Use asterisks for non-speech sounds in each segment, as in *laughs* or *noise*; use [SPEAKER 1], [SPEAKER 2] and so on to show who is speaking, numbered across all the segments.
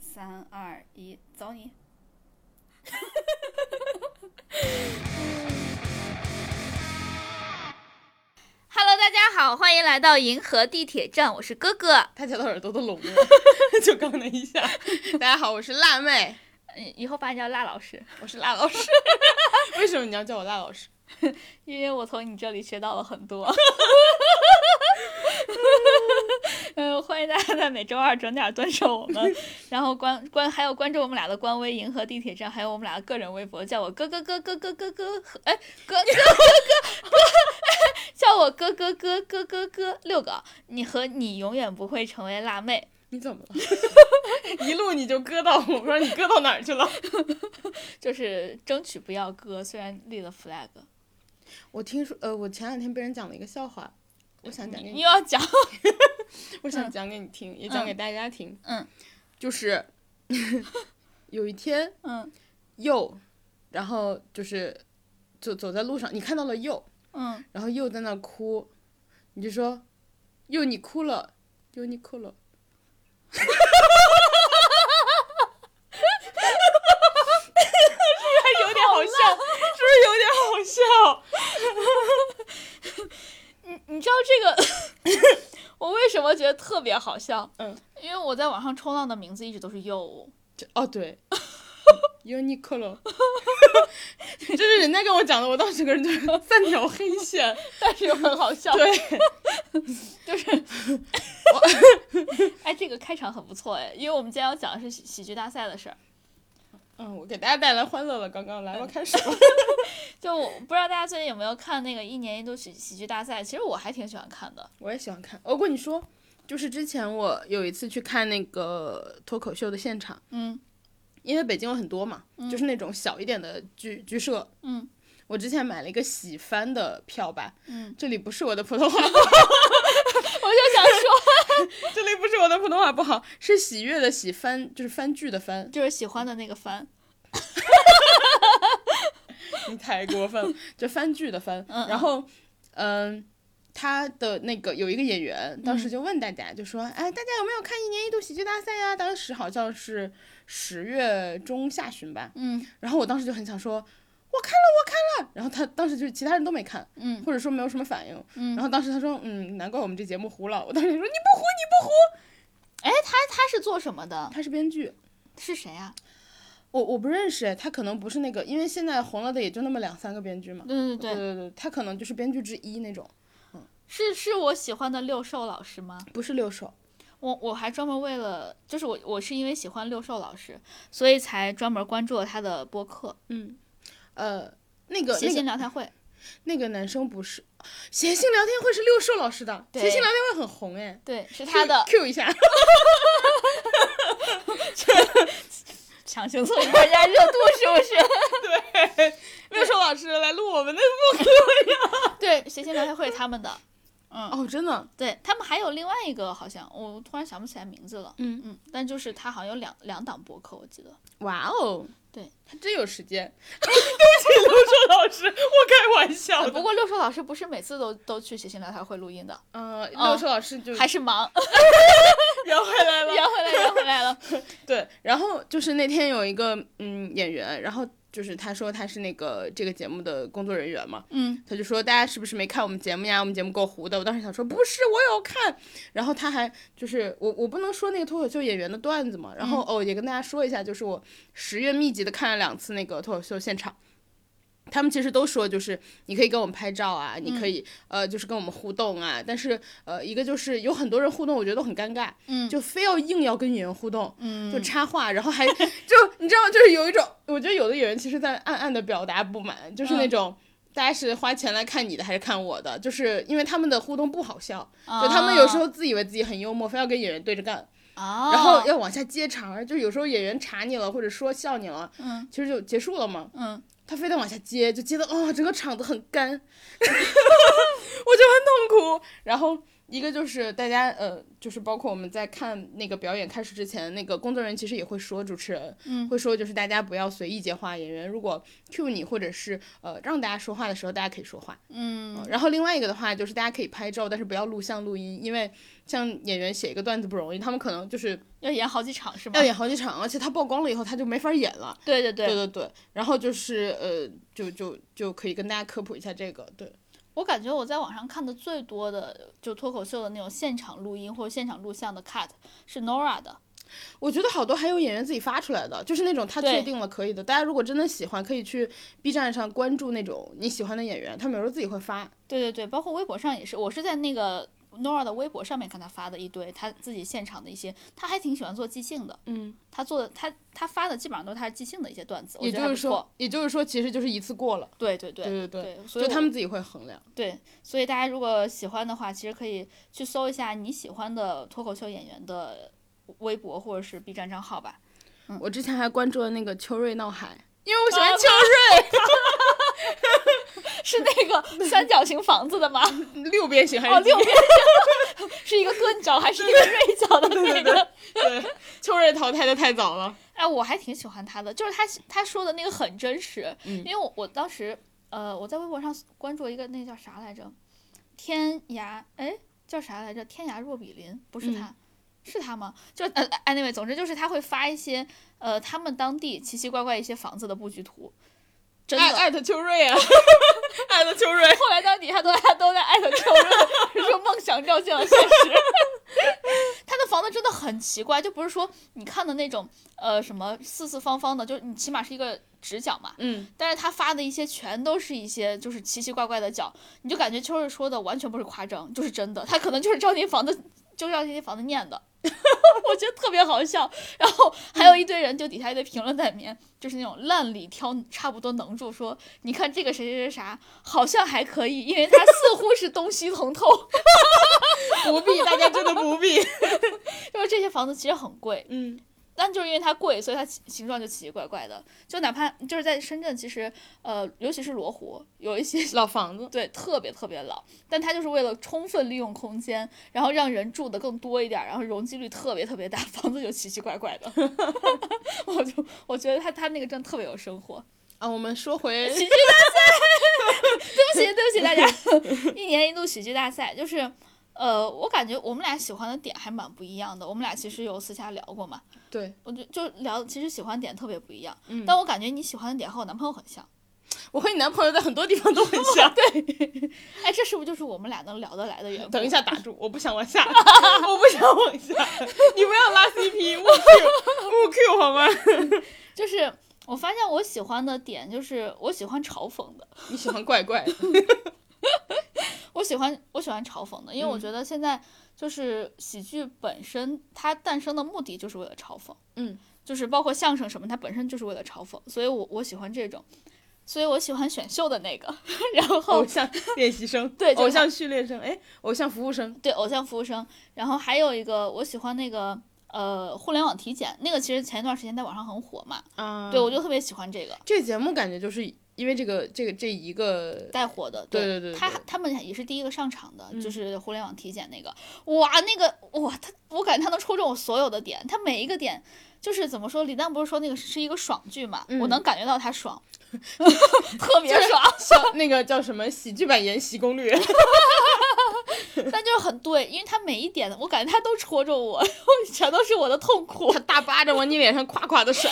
[SPEAKER 1] 三二一，走你！
[SPEAKER 2] Hello，大家好，欢迎来到银河地铁站，我是哥哥。
[SPEAKER 3] 大家的耳朵都聋了， *laughs* 就刚那一下。 *laughs* 大家好，我是辣妹，
[SPEAKER 2] 嗯以后把你叫辣老师，
[SPEAKER 3] 我是辣老师。 *laughs* 为什么你要叫我辣老师？
[SPEAKER 2] 因为我从你这里学到了很多。 *laughs* 嗯，欢迎大家在每周二准点蹲守我们，然后关关还有关注我们俩的官微“银河地铁站”，还有我们俩的个人微博，叫我哥哥哥哥哥哥哥，哎哥哥哥哥哥，哎叫我哥哥哥哥哥哥六个，你和你永远不会成为辣妹。
[SPEAKER 3] 你怎么了？ *laughs* 一路你就割到我，不知道你割到哪儿去了。
[SPEAKER 2] 就是争取不要割，虽然立了 flag。
[SPEAKER 3] 我听说，呃，我前两天被人讲了一个笑话，我想讲给
[SPEAKER 2] 你
[SPEAKER 3] 你，
[SPEAKER 2] 又要讲，
[SPEAKER 3] 嗯我想讲给你听，也讲给大家听。
[SPEAKER 2] 嗯，
[SPEAKER 3] 就是 *laughs* 有一天
[SPEAKER 2] 嗯
[SPEAKER 3] 又，然后就是走走在路上，你看到了又，
[SPEAKER 2] 嗯，
[SPEAKER 3] 然后又在那哭，你就说又你哭了，又你哭了。 *laughs* 是不是有点好笑？是不是有点好笑？ *laughs*
[SPEAKER 2] 你你知道这个， *laughs* 我为什么觉得特别好笑？
[SPEAKER 3] 嗯，
[SPEAKER 2] 因为我在网上冲浪的名字一直都是又，
[SPEAKER 3] 这哦，对 u n i q *laughs* l o 这是人家跟我讲的，我当时整个人就是 *laughs* 三条黑线。
[SPEAKER 2] 但是又很好笑。
[SPEAKER 3] 对，
[SPEAKER 2] *laughs* 就是， *laughs* 哎，这个开场很不错哎，因为我们今天要讲的是喜喜剧大赛的事儿。
[SPEAKER 3] 嗯，我给大家带来欢乐了，刚刚来吧，开始吧。 *laughs*
[SPEAKER 2] 就我不知道大家最近有没有看那个一年一度喜喜剧大赛，其实我还挺喜欢看的。
[SPEAKER 3] 我也喜欢看。我跟你说，就是之前我有一次去看那个脱口秀的现场，
[SPEAKER 2] 嗯
[SPEAKER 3] 因为北京有很多嘛，就是那种小一点的剧剧社。
[SPEAKER 2] 嗯，
[SPEAKER 3] 我之前买了一个喜番的票吧，
[SPEAKER 2] 嗯，
[SPEAKER 3] 这里不是我的普通话， *laughs*
[SPEAKER 2] 我就想说，
[SPEAKER 3] 这里不是我的普通话不好，是喜悦的喜番，就是番剧的
[SPEAKER 2] *laughs*
[SPEAKER 3] 番。
[SPEAKER 2] 就是喜欢的那个番，
[SPEAKER 3] 你太过分了，就番剧的番。
[SPEAKER 2] 嗯嗯
[SPEAKER 3] 然后，嗯、他的那个有一个演员，当
[SPEAKER 2] 嗯
[SPEAKER 3] 时就问大家，就说：“哎，大家有没有看一年一度喜剧大赛呀？”当时好像是十月中下旬吧。
[SPEAKER 2] 嗯
[SPEAKER 3] 然后我当时就很想说：“我看了，我看了。”然后他当时就其他人都没看，
[SPEAKER 2] 嗯
[SPEAKER 3] 或者说没有什么反应。
[SPEAKER 2] 嗯
[SPEAKER 3] 然后当时他说：“嗯，难怪我们这节目糊了。”我当时就说：“你不糊，
[SPEAKER 2] 哎，他他是做什么的？
[SPEAKER 3] 他是编剧。”
[SPEAKER 2] 是谁啊？
[SPEAKER 3] 我我不认识，哎他可能不是那个，因为现在红了的也就那么两三个编剧嘛。
[SPEAKER 2] 对对
[SPEAKER 3] 对
[SPEAKER 2] 嗯对，
[SPEAKER 3] 对对，他可能就是编剧之一那种，
[SPEAKER 2] 是是我喜欢的六兽老师吗？
[SPEAKER 3] 不是六手。
[SPEAKER 2] 我我还专门为了，就是我我是因为喜欢六兽老师，所以才专门关注了他的播客
[SPEAKER 3] 嗯，呃，那
[SPEAKER 2] 《
[SPEAKER 3] 个
[SPEAKER 2] 谐
[SPEAKER 3] 那
[SPEAKER 2] 星
[SPEAKER 3] 个
[SPEAKER 2] 聊天会》
[SPEAKER 3] 那个男生不是，谐星聊天会是六兽老师的，
[SPEAKER 2] 对
[SPEAKER 3] 谐星聊天会很红哎，
[SPEAKER 2] 对，是他的
[SPEAKER 3] Q 一下，
[SPEAKER 2] *laughs* 强行蹭人家热度，是不是？ *laughs*
[SPEAKER 3] 六兽老师来录我们的
[SPEAKER 2] 对，《谐星聊天会》他们的，嗯，
[SPEAKER 3] 哦，真的，
[SPEAKER 2] 对他们还有另外一个，好像我突然想不起来名字了，
[SPEAKER 3] 嗯
[SPEAKER 2] 嗯，但就是他好像有两两档播客，我记得。
[SPEAKER 3] 哇哦，
[SPEAKER 2] 对
[SPEAKER 3] 他真有时间， *laughs* 对不起，六兽老师，我开玩笑
[SPEAKER 2] 不
[SPEAKER 3] 的，
[SPEAKER 2] 过六兽老师不是每次都都去《谐星聊天会》录音的，
[SPEAKER 3] 呃，六兽老师就
[SPEAKER 2] 哦还是
[SPEAKER 3] *laughs*
[SPEAKER 2] 忙，
[SPEAKER 3] 圆回来了，
[SPEAKER 2] 圆回来，圆回来了。
[SPEAKER 3] 对，然后就是那天有一个嗯演员，然后就是他说他是那个这个节目的工作人员嘛，
[SPEAKER 2] 嗯，
[SPEAKER 3] 他就说大家是不是没看我们节目呀？我们节目够糊的。我当时想说不是，我有看。然后他还就是我我不能说那个脱口秀演员的段子嘛，然后、
[SPEAKER 2] 嗯
[SPEAKER 3] 哦也跟大家说一下，就是我十月密集的看了两次那个脱口秀现场。他们其实都说，就是你可以跟我们拍照啊，你
[SPEAKER 2] 嗯
[SPEAKER 3] 可以呃，就是跟我们互动啊。但是呃，一个就是有很多人互动，我觉得都很尴尬，
[SPEAKER 2] 嗯
[SPEAKER 3] 就非要硬要跟演员互动，
[SPEAKER 2] 嗯
[SPEAKER 3] 就插话，然后还就你知道，就是有一种，我觉得有的演员其实在暗暗的表达不满，就是那
[SPEAKER 2] 嗯
[SPEAKER 3] 种。大家是花钱来看你的还是看我的？就是因为他们的互动不好笑，
[SPEAKER 2] 就
[SPEAKER 3] 就他们有时候自以为自己很幽默，非要跟演员对着干，
[SPEAKER 2] 啊，
[SPEAKER 3] 然后要往下接茬儿。就有时候演员查你了，或者说笑你了，
[SPEAKER 2] 嗯
[SPEAKER 3] 其实就结束了嘛。
[SPEAKER 2] 嗯，
[SPEAKER 3] 他非得往下
[SPEAKER 2] *laughs*
[SPEAKER 3] 接，就接的哦，整个场子很干，我就很痛苦。然后一个就是大家呃，就是包括我们在看那个表演开始之前，那个工作人员其实也会说主持人，
[SPEAKER 2] 嗯
[SPEAKER 3] 会说就是大家不要随意接话，演员如果 cue 你或者是呃让大家说话的时候，大家可以说话。
[SPEAKER 2] 嗯，
[SPEAKER 3] 然后另外一个的话就是大家可以拍照，但是不要录像录音，因为像演员写一个段子不容易，他们可能就是
[SPEAKER 2] 要演好几场是吗
[SPEAKER 3] 要？演好几场，而且他曝光了以后他就没法演了。
[SPEAKER 2] 对对对，
[SPEAKER 3] 对对对，然后就是呃，就就就可以跟大家科普一下这个，对，
[SPEAKER 2] 我感觉我在网上看的最多的就脱口秀的那种现场录音或者现场录像的 cut 是 Nora 的，
[SPEAKER 3] 我觉得好多还有演员自己发出来的，就是那种他
[SPEAKER 2] 对
[SPEAKER 3] 确定了可以的。大家如果真的喜欢，可以去 B 站上关注那种你喜欢的演员，他们有时候自己会发。
[SPEAKER 2] 对对对，包括微博上也是，我是在那个 Nora 的微博上面看她发的一堆她自己现场的一些，她还挺喜欢做即兴的，
[SPEAKER 3] 嗯，
[SPEAKER 2] 她做的她她发的基本上都是她即兴的一些段子，我
[SPEAKER 3] 也
[SPEAKER 2] 觉得还
[SPEAKER 3] 就
[SPEAKER 2] 不
[SPEAKER 3] 是
[SPEAKER 2] 错
[SPEAKER 3] 说，，也就是说，其实就是一次过了。
[SPEAKER 2] 对对对
[SPEAKER 3] 对对
[SPEAKER 2] 对
[SPEAKER 3] 对，
[SPEAKER 2] 所以
[SPEAKER 3] 就
[SPEAKER 2] 我
[SPEAKER 3] 他们自己会衡量。
[SPEAKER 2] 对，所以大家如果喜欢的话，其实可以去搜一下你喜欢的脱口秀演员的微博或者是 B 站账号吧。
[SPEAKER 3] 我之前还关注了那个秋瑞闹海，因为我喜欢
[SPEAKER 2] 嗯啊
[SPEAKER 3] 秋
[SPEAKER 2] 是那
[SPEAKER 3] *laughs*
[SPEAKER 2] 个 *laughs* 三角形房子的吗？
[SPEAKER 3] 瑞、六边形还是
[SPEAKER 2] 哦，
[SPEAKER 3] 几
[SPEAKER 2] 六边形 *laughs* 是一个钝角还是一个锐角的那个？
[SPEAKER 3] 对，秋瑞淘汰的太早了。
[SPEAKER 2] 哎，我还挺喜欢他的，就是他他说的那个很真实，
[SPEAKER 3] 嗯
[SPEAKER 2] 因为我我当时呃我在微博上关注了一个那叫啥来着，天涯哎叫啥来着？天涯若比邻不
[SPEAKER 3] 嗯
[SPEAKER 2] 是他。是他吗？就呃，anyway，总之就是他会发一些呃，他们当地奇奇怪怪一些房子的布局图，真的。
[SPEAKER 3] 艾艾特秋瑞
[SPEAKER 2] *laughs*
[SPEAKER 3] 啊，艾特秋瑞。
[SPEAKER 2] 后来到底下都大家都在艾特周润， *laughs* 说梦想照进了现实。 *laughs* 他的房子真的很奇怪，就不是说你看的那种呃什么四四方方的，就是你起码是一个直角嘛。
[SPEAKER 3] 嗯，
[SPEAKER 2] 但是他发的一些全都是一些就是奇奇怪怪的角，你就感觉秋日说的完全不是夸张，就是真的。他可能就是照那房子，就照那些房子念的。 *laughs* 我觉得特别好笑，然后还有一堆人就底下一堆评论在里面，就是那种烂里挑差不多能住说，你看这个谁谁谁啥好像还可以，因为他似乎是东西通透， *laughs*
[SPEAKER 3] 不必，大家真的不 *laughs* 必。
[SPEAKER 2] 就是这些房子其实很贵，
[SPEAKER 3] 嗯，
[SPEAKER 2] 但就是因为它贵，所以它形形状就奇奇怪怪的。就哪怕就是在深圳，其实呃，尤其是罗湖，有一些
[SPEAKER 3] 老房子。
[SPEAKER 2] 对，特别特别老，但它就是为了充分利用空间，然后让人住的更多一点儿，然后容积率特别特别大， *laughs* 房子就奇奇怪怪的。 *laughs* 我就我觉得他他那个真的特别有生活。
[SPEAKER 3] 啊，我们说回
[SPEAKER 2] 喜剧大赛，对不起对不起大家， *laughs* 一年一度喜剧大赛就是。呃，我感觉我们俩喜欢的点还蛮不一样的。我们俩其实有私下聊过嘛，
[SPEAKER 3] *laughs* 对
[SPEAKER 2] 我就就聊，其实喜欢点特别不一样。
[SPEAKER 3] 嗯
[SPEAKER 2] 但我感觉你喜欢的点和我男朋友很像。
[SPEAKER 3] 我和你男朋友在很多地方都很像。 *laughs* 对，
[SPEAKER 2] 哎，这是不是就是我们俩能聊得来的缘故？
[SPEAKER 3] 等一下打住，我不想往下， *laughs* 我不想往下， *laughs* 你不要拉 CP，勿 Q，勿 Q 好吗？
[SPEAKER 2] 就是我发现我喜欢的点就是我喜欢嘲讽的，
[SPEAKER 3] 你喜欢怪怪，
[SPEAKER 2] 我喜欢我喜欢嘲讽的，因为我
[SPEAKER 3] 嗯
[SPEAKER 2] 觉得现在就是喜剧本身它诞生的目的就是为了嘲讽，
[SPEAKER 3] 嗯，
[SPEAKER 2] 就是包括相声什么，它本身就是为了嘲讽，所以我我喜欢这种，所以我喜欢选秀的那个， *laughs* 然后
[SPEAKER 3] *laughs* 偶像练习生，
[SPEAKER 2] 对就是
[SPEAKER 3] 偶像序列生，哎，偶像服务生，
[SPEAKER 2] 对偶像服务生，然后还有一个我喜欢那个呃互联网体检，那个其实前一段时间在网上很火嘛，
[SPEAKER 3] 啊
[SPEAKER 2] 对我就特别喜欢这个。
[SPEAKER 3] 这个节目感觉就是因为这个这个这一 *laughs* 个，
[SPEAKER 2] 带火的，
[SPEAKER 3] 对对对
[SPEAKER 2] 他
[SPEAKER 3] 对
[SPEAKER 2] 他们也是第一个上场的，就
[SPEAKER 3] 嗯
[SPEAKER 2] 是互联网体检那个，哇，那个哇，他我感觉他能戳中我所有的点，他每一个点就是怎么说，李诞不是说那个是一个爽剧嘛，我
[SPEAKER 3] 嗯
[SPEAKER 2] 能感觉到他爽， *laughs* 特别爽，
[SPEAKER 3] 叫那个叫什么喜剧版《延禧攻略》， *laughs*
[SPEAKER 2] 但就是很对，因为他每一点我感觉他都戳中我， *laughs* 我全都是我的痛苦
[SPEAKER 3] 他，大巴掌往你脸上夸夸的甩，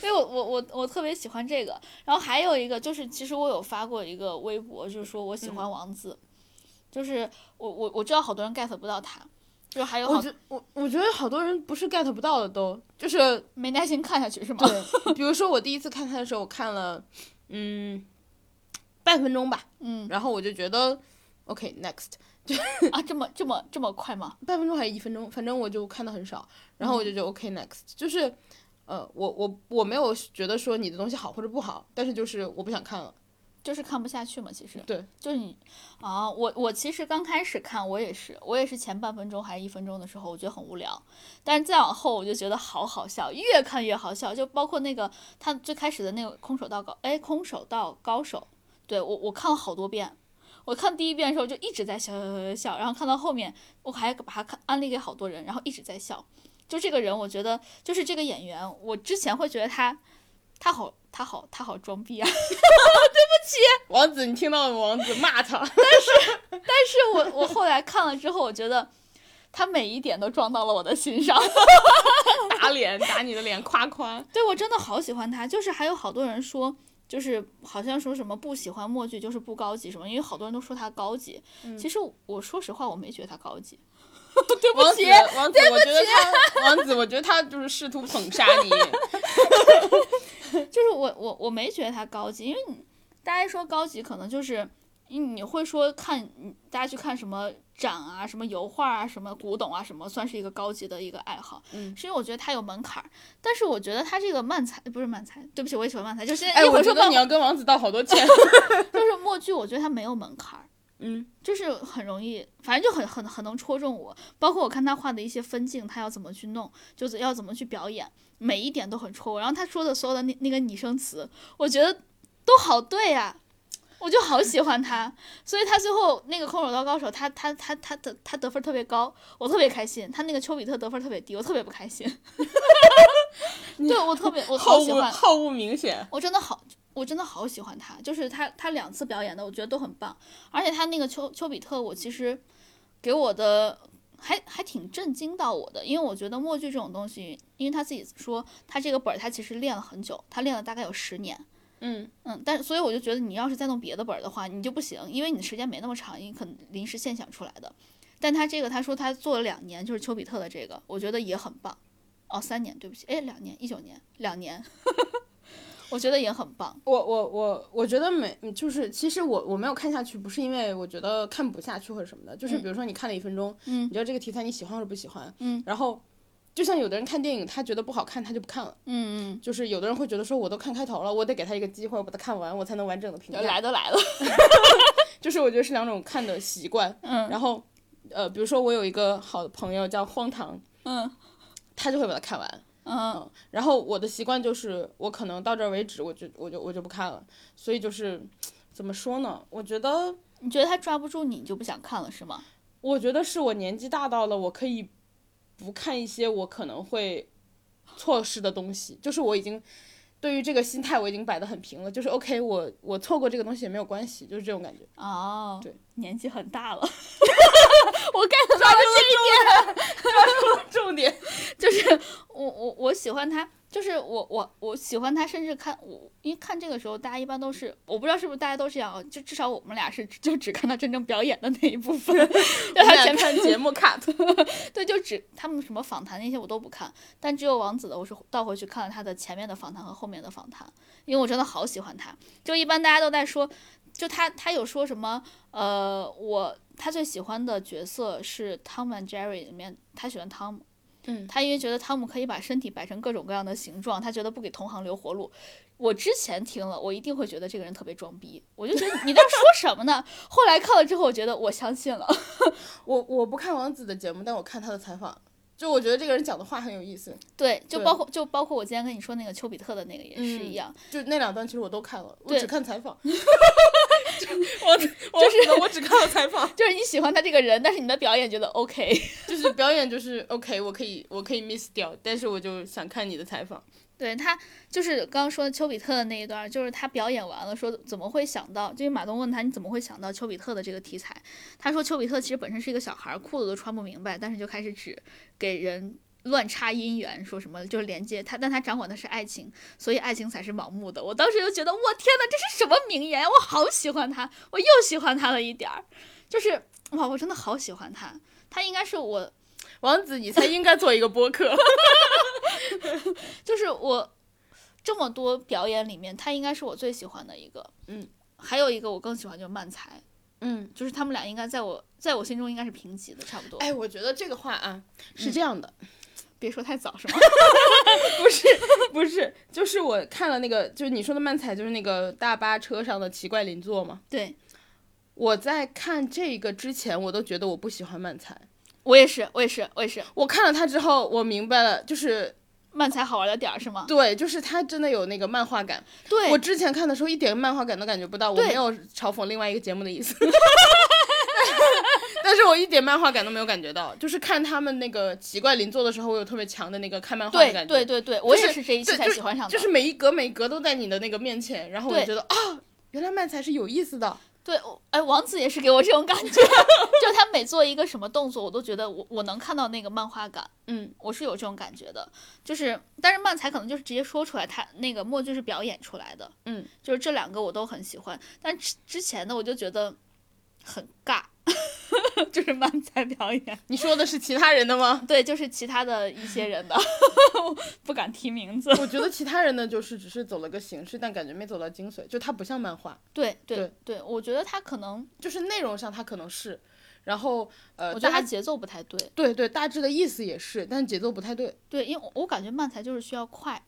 [SPEAKER 2] 所以我我我我特别喜欢这个，然后还有一个就是，其实我有发过一个微博，就是说我喜
[SPEAKER 3] 嗯
[SPEAKER 2] 欢王子，就是我我我知道好多人 get 不到他。就还有好
[SPEAKER 3] 我觉我我觉得好多人不是 get 不到的都，就是
[SPEAKER 2] 没耐心看下去是吗？
[SPEAKER 3] 对，比如说我第一次看他的时候，我看了嗯半分钟吧，
[SPEAKER 2] 嗯
[SPEAKER 3] 然后我就觉得 OK next
[SPEAKER 2] 啊，这么这么这么快吗？
[SPEAKER 3] 半分钟还是一分钟，反正我就看的很少，然后我就
[SPEAKER 2] 嗯
[SPEAKER 3] 觉得 OK next 就是。呃，我我我没有觉得说你的东西好或者不好，但是就是我不想看了。
[SPEAKER 2] 就是看不下去嘛，其实
[SPEAKER 3] 对，
[SPEAKER 2] 就是你啊，我我其实刚开始看我也是，我也是前半分钟还是一分钟的时候，我觉得很无聊，但是再往后我就觉得好好笑，越看越好笑，就包括那个他最开始的那个空手道高，哎，空手道高手，对我我看了好多遍，我看第一遍的时候就一直在笑笑笑笑笑，然后看到后面我还把它看安利给好多人，然后一直在笑。就这个人，我觉得就是这个演员，我之前会觉得他他好他好他好装逼啊，
[SPEAKER 3] 王子，你听到了吗？王子骂他，
[SPEAKER 2] 但是我我 *laughs* 后来看了之后，我觉得他每一点都撞到了我的心上。
[SPEAKER 3] 打脸，打你的脸，夸夸。
[SPEAKER 2] *laughs* 对我真的好喜欢他，就是还有好多人说，就是好像说什么不喜欢默剧就是不高级什么，因为好多人都说他高级，其实我说实话我没觉得他高级， *laughs* 对不
[SPEAKER 3] 王子
[SPEAKER 2] 起，，
[SPEAKER 3] 王子，我觉得他，王子，我觉得他就是试图捧杀
[SPEAKER 2] *laughs*
[SPEAKER 3] 你。
[SPEAKER 2] 就是我我我没觉得他高级，因为你大家说高级可能就是。你会说看大家去看什么展啊、什么油画啊、什么古董啊、什么，算是一个高级的一个爱好。
[SPEAKER 3] 嗯，
[SPEAKER 2] 是因为我觉得它有门槛儿，但是我觉得它这个漫才不是漫才，对不起，我也喜欢漫才，就是
[SPEAKER 3] 哎，
[SPEAKER 2] 一会
[SPEAKER 3] 我
[SPEAKER 2] 儿
[SPEAKER 3] 觉
[SPEAKER 2] 说
[SPEAKER 3] 得
[SPEAKER 2] 漫
[SPEAKER 3] 你要跟王子道好
[SPEAKER 2] *laughs*
[SPEAKER 3] 多歉。
[SPEAKER 2] 就是默剧，我觉得它没有门槛儿，
[SPEAKER 3] 嗯，
[SPEAKER 2] 就是很容易，反正就很很很能戳中我。包括我看他画的一些分镜，他要怎么去弄，就是要怎么去表演，每一点都很戳我。然后他说的所有的那那个拟声词，我觉得都好对呀、我就好喜欢他。所以他最后那个空手道高手，他他他他的他得分特别高，我特别开心。他那个丘比特得分特别低，我特别不开心。 *laughs* 对我特别我
[SPEAKER 3] 好
[SPEAKER 2] 好喜
[SPEAKER 3] 恶，
[SPEAKER 2] 欢，
[SPEAKER 3] 好恶明显。
[SPEAKER 2] 我真的好，我真的好喜欢他，就是他他两次表演的，我觉得都很棒，而且他那个丘丘比特，我其实给我的还还挺震惊到我的，因为我觉得默剧这种东西，因为他自己说他这个本儿他其实练了很久，他练了大概有十年。
[SPEAKER 3] 嗯
[SPEAKER 2] 嗯，但是所以我就觉得你要是再弄别的本儿的话，你就不行，因为你的时间没那么长，你可能临时现想出来的。但他这个他说他做了两年，就是丘比特的这个，我觉得也很棒。哦，三年，对不起，哎，两年，一九年，两年， *laughs* 我觉得也很棒。
[SPEAKER 3] 我我我我觉得没，就是其实我我没有看下去，不是因为我觉得看不下去或者什么的，就是比如说你看了一分钟，
[SPEAKER 2] 嗯
[SPEAKER 3] 你觉得这个题材你喜欢或者不喜欢，
[SPEAKER 2] 嗯，
[SPEAKER 3] 然后就像有的人看电影，他觉得不好看，他就不看了，
[SPEAKER 2] 嗯
[SPEAKER 3] 就是有的人会觉得说我都看开头了，我得给他一个机会，我把它看完，我才能完整的评
[SPEAKER 2] 嗯，
[SPEAKER 3] 价，
[SPEAKER 2] 来都来了，
[SPEAKER 3] 就是我觉得是两种看的习惯，
[SPEAKER 2] 嗯
[SPEAKER 3] 然后呃，比如说我有一个好的朋友叫荒唐，
[SPEAKER 2] 嗯
[SPEAKER 3] 他就会把它看完，
[SPEAKER 2] 嗯，
[SPEAKER 3] 然后我的习惯就是，我可能到这儿为止，我就我就我就不看了。所以就是怎么说呢？我觉得，
[SPEAKER 2] 你觉得他抓不住你，你就不想看了是吗？
[SPEAKER 3] 我觉得是我年纪大到了，我可以不看一些我可能会错失的东西。就是我已经对于这个心态我已经摆得很平了，就是 OK，我我错过这个东西也没有关系，就是这种感觉。
[SPEAKER 2] 哦，
[SPEAKER 3] 对，
[SPEAKER 2] 年纪很大了， *laughs* 我 get 到了
[SPEAKER 3] 重 *laughs* 点，
[SPEAKER 2] 就是我我我喜欢他，就是我我我喜欢他，甚至看我因为看这个时候，大家一般都是我不知道是不是大家都这样啊，就至少我们俩是就只看他真正表演的那一部分， *laughs* 啊就
[SPEAKER 3] 我
[SPEAKER 2] 他前
[SPEAKER 3] 们俩
[SPEAKER 2] 面
[SPEAKER 3] 看节目 cut，
[SPEAKER 2] 对，就只他们什么访谈那些我都不看，但只有王子的我是倒回去看了他的前面的访谈和后面的访谈，因为我真的好喜欢他。就一般大家都在说，就他他有说什么呃，我他最喜欢的角色是《Tom and Jerry》里面，他喜欢汤姆。
[SPEAKER 3] 嗯
[SPEAKER 2] 他因为觉得汤姆可以把身体摆成各种各样的形状，他觉得不给同行留活路。我之前听了，我一定会觉得这个人特别装逼，我就觉得你在说什么呢？后来看了之后，我觉得我相信了。
[SPEAKER 3] 我我不看王子的节目，但我看他的采访，就我觉得这个人讲的话很有意思。
[SPEAKER 2] 对，就
[SPEAKER 3] 对
[SPEAKER 2] 包括就包括我今天跟你说那个丘比特的那个也是一样，
[SPEAKER 3] 就那两段，其实我都看了，我
[SPEAKER 2] 对
[SPEAKER 3] 只看采访。我就
[SPEAKER 2] 就是
[SPEAKER 3] 是我只看了采
[SPEAKER 2] *laughs*
[SPEAKER 3] 访，
[SPEAKER 2] 就是你喜欢他这个人，但是你的表演觉得 OK。
[SPEAKER 3] 就是表演就是 OK，我可以我可以 miss 掉，但是我就想看你的采访。
[SPEAKER 2] 对他就是刚刚说的丘比特的那一段，就是他表演完了说怎么会想到，就是马东问他你怎么会想到丘比特的这个题材，他说丘比特其实本身是一个小孩儿，裤子都穿不明白，但是就开始指给人。乱插姻缘，说什么就是连接他，但他掌管的是爱情，所以爱情才是盲目的。我当时就觉得，我天哪，这是什么名言？我好喜欢他，我又喜欢他了一点儿，就是哇，我真的好喜欢他。他应该是我
[SPEAKER 3] 王子，你才应该做一个播客。
[SPEAKER 2] 就是我这么多表演里面，他应该是我最喜欢的一个。
[SPEAKER 3] 嗯，
[SPEAKER 2] 还有一个我更喜欢就是漫才，
[SPEAKER 3] 嗯，
[SPEAKER 2] 就是他们俩应该在我在我心中应该是平级的，差不多。
[SPEAKER 3] 哎，我觉得这个话啊是这样的，
[SPEAKER 2] 别说太早是
[SPEAKER 3] *laughs*
[SPEAKER 2] 吗？
[SPEAKER 3] 不是不是，就是我看了那个，就是你说的漫才，就是那个大巴车上的奇怪邻座嘛。
[SPEAKER 2] 对
[SPEAKER 3] 我在看这个之前，我都觉得我不喜欢漫才。
[SPEAKER 2] 我也是，我也是，我也是。
[SPEAKER 3] 我看了他之后，我明白了，就是
[SPEAKER 2] 漫才好玩的点儿是吗？
[SPEAKER 3] 对，就是他真的有那个漫画感。
[SPEAKER 2] 对
[SPEAKER 3] 我之前看的时候一点漫画感都感觉不到，我
[SPEAKER 2] 对
[SPEAKER 3] 没有嘲讽另外一个节目的
[SPEAKER 2] *laughs*
[SPEAKER 3] 意思。 *laughs* 但是我一点漫画感都没有感觉到，就是看他们那个奇怪邻座的时候，我有特别强的那个看漫画的
[SPEAKER 2] 对
[SPEAKER 3] 感觉。
[SPEAKER 2] 对对对，我也
[SPEAKER 3] 是
[SPEAKER 2] 是这一期
[SPEAKER 3] 对
[SPEAKER 2] 才
[SPEAKER 3] 就
[SPEAKER 2] 喜欢上的。
[SPEAKER 3] 就是每一格每一格都在你的那个面前，然后我就
[SPEAKER 2] 对
[SPEAKER 3] 觉得啊，原来漫才是有意思的。
[SPEAKER 2] 对，我哎，王子也是给我这种感觉， *laughs* 就是他每做一个什么动作，我都觉得我我能看到那个漫画感，
[SPEAKER 3] 嗯，
[SPEAKER 2] 我是有这种感觉的。就是，但是漫才可能就是直接说出来，他那个默剧是表演出来的，
[SPEAKER 3] 嗯，
[SPEAKER 2] 就是这两个我都很喜欢，但之之前的我就觉得很尬， *laughs* 就是漫才表演，
[SPEAKER 3] 你说的是其他人的吗？ *laughs*
[SPEAKER 2] 对，就是其他的一些人 *laughs* 的，不敢提名字，
[SPEAKER 3] 我觉得其他人的就是只是走了个形式，但感觉没走到精髓，就它不像漫画，
[SPEAKER 2] 对
[SPEAKER 3] 对
[SPEAKER 2] 对，我觉得他可能，
[SPEAKER 3] 就是内容上它可能是，然后呃，
[SPEAKER 2] 我觉得
[SPEAKER 3] 大
[SPEAKER 2] 他节奏不太对，
[SPEAKER 3] 对对，大致的意思也是，但节奏不太对，
[SPEAKER 2] 对，因为我我感觉漫才就是需要快。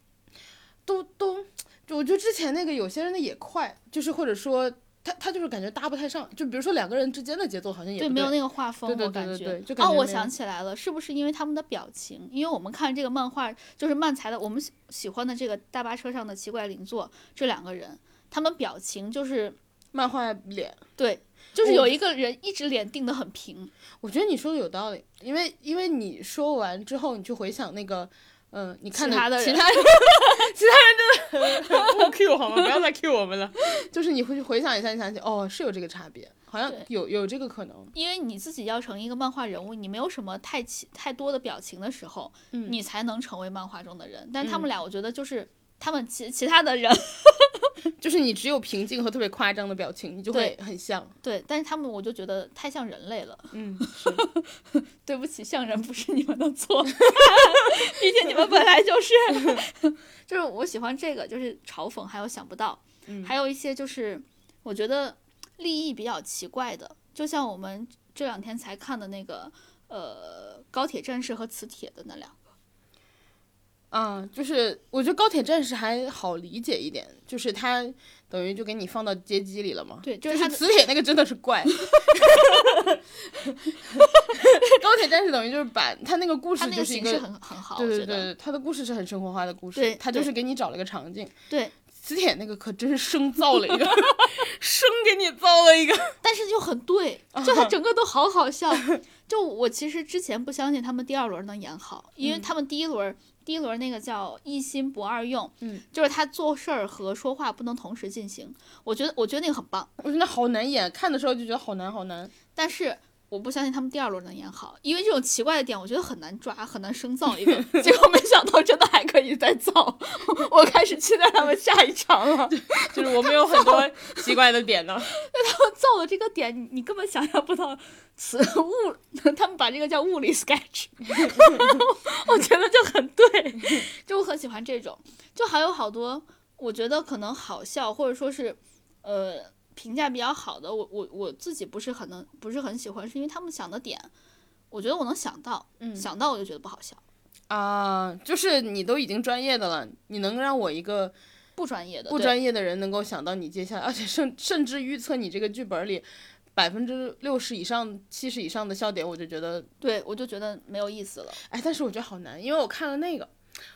[SPEAKER 3] 都都，就我觉得之前那个有些人的也快，就是或者说他他就是感觉搭不太上，就比如说两个人之间的节奏好像也
[SPEAKER 2] 对，
[SPEAKER 3] 不
[SPEAKER 2] 没有那个画风，
[SPEAKER 3] 对对
[SPEAKER 2] 我
[SPEAKER 3] 对
[SPEAKER 2] 感
[SPEAKER 3] 对
[SPEAKER 2] 觉。
[SPEAKER 3] 对就感
[SPEAKER 2] 哦，
[SPEAKER 3] 觉
[SPEAKER 2] 我
[SPEAKER 3] 没有
[SPEAKER 2] 想起来了，是不是因为他们的表情？因为我们看这个漫画，就是漫才的，我们喜喜欢的这个大巴车上的奇怪邻座这两个人，他们表情就是
[SPEAKER 3] 漫画脸。
[SPEAKER 2] 对，就是
[SPEAKER 3] 我
[SPEAKER 2] 有一个人一直脸定得很平，
[SPEAKER 3] 我觉得你说的有道理，因为因为你说完之后，你去回想那个，嗯、你看
[SPEAKER 2] 其他的
[SPEAKER 3] 其
[SPEAKER 2] 人
[SPEAKER 3] 他其他人真的不 Q 好吗？不要再 Q 我们了。 *laughs* 就是你回去回想一下，你想起哦，是有这个差别，好像
[SPEAKER 2] 对
[SPEAKER 3] 有有这个可能。
[SPEAKER 2] 因为你自己要成一个漫画人物，你没有什么太奇太多的表情的时候，
[SPEAKER 3] 嗯
[SPEAKER 2] 你才能成为漫画中的人。但是他
[SPEAKER 3] 嗯
[SPEAKER 2] 们俩，我觉得就是他们其其他的人， *laughs*
[SPEAKER 3] 就是你只有平静和特别夸张的表情，你就会很像。
[SPEAKER 2] 对，但是他们我就觉得太像人类了。
[SPEAKER 3] *laughs* 嗯，是。
[SPEAKER 2] 对不起，像人不是你们的 *laughs* 错，毕竟你们本来就是。 *laughs* 就是我喜欢这个，就是嘲讽，还有想不到，
[SPEAKER 3] 嗯
[SPEAKER 2] 还有一些就是我觉得立意比较奇怪的，就像我们这两天才看的那个呃高铁战士和磁铁的那两个。
[SPEAKER 3] 啊，就是我觉得高铁战士还好理解一点，就是他等于就给你放到街机里了嘛。
[SPEAKER 2] 对就
[SPEAKER 3] 就是是
[SPEAKER 2] 他的
[SPEAKER 3] 磁铁那个真的是
[SPEAKER 2] *laughs*
[SPEAKER 3] 怪。高铁战士等于就是把他那个故
[SPEAKER 2] 他
[SPEAKER 3] 事
[SPEAKER 2] 那
[SPEAKER 3] 就是一
[SPEAKER 2] 形
[SPEAKER 3] 个
[SPEAKER 2] 式很很好，
[SPEAKER 3] 对对
[SPEAKER 2] 我觉得
[SPEAKER 3] 对，他的故事是很生活化的故事
[SPEAKER 2] 对，
[SPEAKER 3] 他就
[SPEAKER 2] 对
[SPEAKER 3] 是给你找了个场景。
[SPEAKER 2] 对，
[SPEAKER 3] 磁铁那个可真是生造了一
[SPEAKER 2] *laughs*
[SPEAKER 3] 个，生给你造了一个。 *laughs*
[SPEAKER 2] 但是就很对，就他整个都好好笑。就我其实之前不相信他们第二轮能演好，因为
[SPEAKER 3] 嗯
[SPEAKER 2] 他们第一轮、第一轮那个叫一心不二用，
[SPEAKER 3] 嗯，
[SPEAKER 2] 就是他做事儿和说话不能同时进行。我觉得我觉得那个很棒，
[SPEAKER 3] 我觉得好难演，看的时候就觉得好难好难。
[SPEAKER 2] 但是我不相信他们第二轮能演好，因为这种奇怪的点我觉得很难抓，很难生造
[SPEAKER 3] *laughs*
[SPEAKER 2] 一个。结果没想到真的还可以再造， *laughs* 我开始期待他们下一场了。
[SPEAKER 3] 就是我们有很多奇怪的点呢。
[SPEAKER 2] *laughs* 造的这个点，你你根本想象不到此物， *laughs* 他们把这个叫物理 sketch，我觉得就很对，就我很喜欢这种。就还有好多，我觉得可能好笑或者说是，呃，评价比较好的，我我我自己不是很能不是很喜欢，是因为他们想的点，我觉得我能想到，
[SPEAKER 3] 嗯
[SPEAKER 2] 想到我就觉得不好笑，
[SPEAKER 3] 啊，就是你都已经专业的了，你能让我一个
[SPEAKER 2] 不专业的，
[SPEAKER 3] 不
[SPEAKER 2] 呃对
[SPEAKER 3] 专业的人能够想到你接下来，而且甚甚至预测你这个剧本里百分之六十以上、七十以上的笑点，我就觉得，
[SPEAKER 2] 对我就觉得没有意思了。
[SPEAKER 3] 哎，但是我觉得好难，因为我看了那个，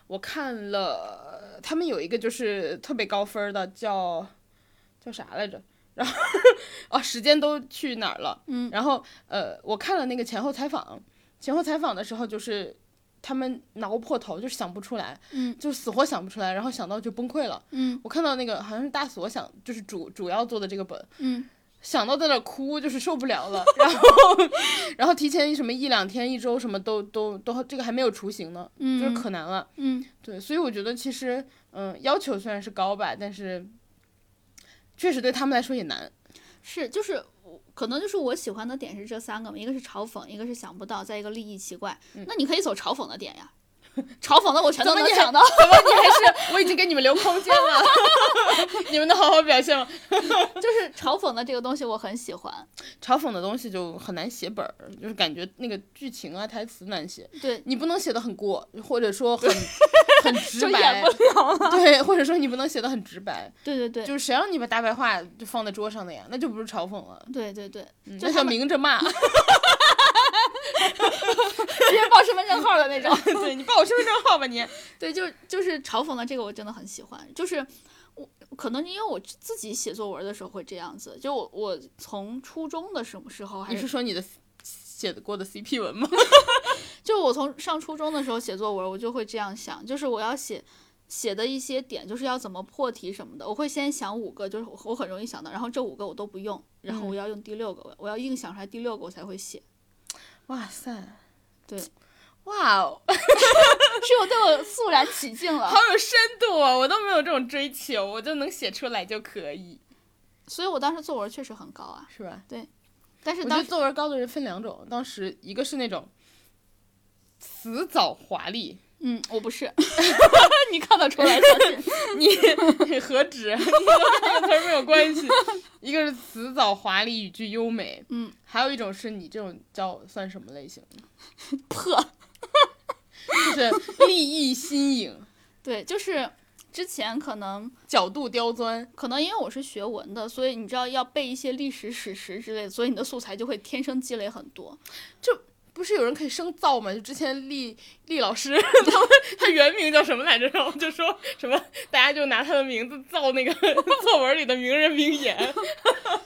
[SPEAKER 3] 我看了他们有一个就是特别高分的叫叫啥来着？然后 *laughs* 哦，时间都去哪儿了？
[SPEAKER 2] 嗯，
[SPEAKER 3] 然后呃，我看了那个前后采访，前后采访的时候就是他们挠破头，就是想不出来，
[SPEAKER 2] 嗯，
[SPEAKER 3] 就是死活想不出来，然后想到就崩溃了。
[SPEAKER 2] 嗯
[SPEAKER 3] 我看到那个好像是大锁想，就是主主要做的这个本，
[SPEAKER 2] 嗯，
[SPEAKER 3] 想到在那儿哭，就是受不了了，然后然后提前什么一两天、一周什么都都都这个还没有雏形呢，
[SPEAKER 2] 嗯
[SPEAKER 3] 就是可难了。
[SPEAKER 2] 嗯，
[SPEAKER 3] 对，所以我觉得其实嗯、要求虽然是高吧，但是确实对他们来说也难。
[SPEAKER 2] 是，就是我可能就是我喜欢的点是这三个嘛，一个是嘲讽，一个是想不到，再一个利益奇怪。那你可以走嘲讽的点呀，嘲讽的我全都
[SPEAKER 3] 嗯怎么
[SPEAKER 2] 能
[SPEAKER 3] 你还
[SPEAKER 2] 想到。 *laughs*
[SPEAKER 3] 怎么你还是我已经给你们留空间了， *laughs* 你们能好好表现吗？
[SPEAKER 2] 就是嘲讽的这个东西我很喜欢，
[SPEAKER 3] 嘲讽的东西就很难写本儿，就是感觉那个剧情啊、台词难写。
[SPEAKER 2] 对，
[SPEAKER 3] 你不能写的很过，或者说很 *laughs* 很直
[SPEAKER 2] 就
[SPEAKER 3] 白
[SPEAKER 2] 演不，了了。
[SPEAKER 3] *laughs* 对，或者说你不能写的很直白，
[SPEAKER 2] 对对对，
[SPEAKER 3] 就是谁让你把大白话就放在桌上的呀？那就不是嘲讽了，
[SPEAKER 2] 对对对，
[SPEAKER 3] *laughs* 嗯
[SPEAKER 2] 就
[SPEAKER 3] 那
[SPEAKER 2] 他
[SPEAKER 3] 叫
[SPEAKER 2] 们
[SPEAKER 3] 明着骂。
[SPEAKER 2] 直接报身份证号的那种。
[SPEAKER 3] *laughs* 对你报我身份证号吧你。
[SPEAKER 2] 对，就就是嘲讽的这个，我真的很喜欢。就是我可能因为我自己写作文的时候会这样子，就我我从初中的什么时候还
[SPEAKER 3] *laughs* 你是
[SPEAKER 2] 是
[SPEAKER 3] 说你的写的过的 CP 文吗？ *laughs*
[SPEAKER 2] 就我从上初中的时候写作文，我就会这样想，就是我要写写的一些点，就是要怎么破题什么的，我会先想五个，就是我我很容易想到，然后这五个我都不用，然
[SPEAKER 3] 嗯
[SPEAKER 2] 后我要用第六个，我我要硬想出来第六个我才会写。 *laughs*
[SPEAKER 3] 哇塞，
[SPEAKER 2] 对，
[SPEAKER 3] 哇哦，
[SPEAKER 2] 是我对我肃然起敬了
[SPEAKER 3] 好。有深度啊！我都没有这种追求，我就能写出来就可以，
[SPEAKER 2] 所以我当时作文确实很高啊，
[SPEAKER 3] 是吧？
[SPEAKER 2] 但
[SPEAKER 3] 我
[SPEAKER 2] 是
[SPEAKER 3] 觉
[SPEAKER 2] 当
[SPEAKER 3] 得
[SPEAKER 2] 时
[SPEAKER 3] 作文高的人分两种，当时一个是那种辞藻华丽，
[SPEAKER 2] 嗯，我不
[SPEAKER 3] *laughs*
[SPEAKER 2] 是，你看得出来，相信。
[SPEAKER 3] 你何止，啊 *laughs* 你都跟这个词儿没有关系。一个是辞藻华丽，语句优美，
[SPEAKER 2] 嗯，
[SPEAKER 3] 还有一种是你这种叫算什么类型？ *laughs*
[SPEAKER 2] 破。
[SPEAKER 3] 就是立意新颖，
[SPEAKER 2] 对，就是之前可能
[SPEAKER 3] 角度刁钻，
[SPEAKER 2] 可能因为我是学文的，所以你知道要背一些历史史实之类的，所以你的素材就会天生积累很多。
[SPEAKER 3] 不是有人可以生造吗？就之前厉厉老师， *laughs* 他们他原名叫什么来着？然后就说什么，大家就拿他的名字造那个作文里的名人名 *laughs* 言。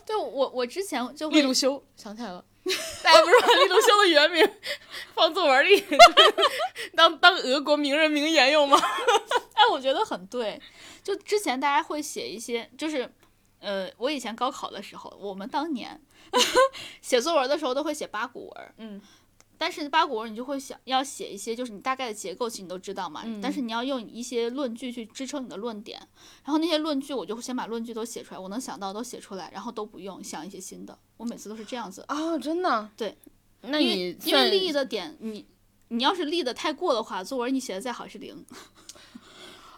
[SPEAKER 2] 对我，我之前就
[SPEAKER 3] 利
[SPEAKER 2] 会
[SPEAKER 3] 路修想起来了， *laughs* 大家不是把利路修的原名放作文里， *laughs* 就是当当俄国名人名言用吗？
[SPEAKER 2] 哎，我觉得很对。就之前大家会写一些，就是，呃，我以前高考的时候，我们当年 *laughs* 写作文的时候都会写八股文，
[SPEAKER 3] 嗯，
[SPEAKER 2] 但是八股文你就会想要写一些，就是你大概的结构其实你都知道嘛，
[SPEAKER 3] 嗯
[SPEAKER 2] 但是你要用一些论据去支撑你的论点。然后那些论据我就会先把论据都写出来，我能想到都写出来，然后都不用想一些新的。我每次都是这样子，
[SPEAKER 3] 哦，真的，
[SPEAKER 2] 对，
[SPEAKER 3] 那
[SPEAKER 2] 因为
[SPEAKER 3] 你
[SPEAKER 2] 因为
[SPEAKER 3] 算
[SPEAKER 2] 立的点你。你要是立的太过的话，作文你写的再好是零。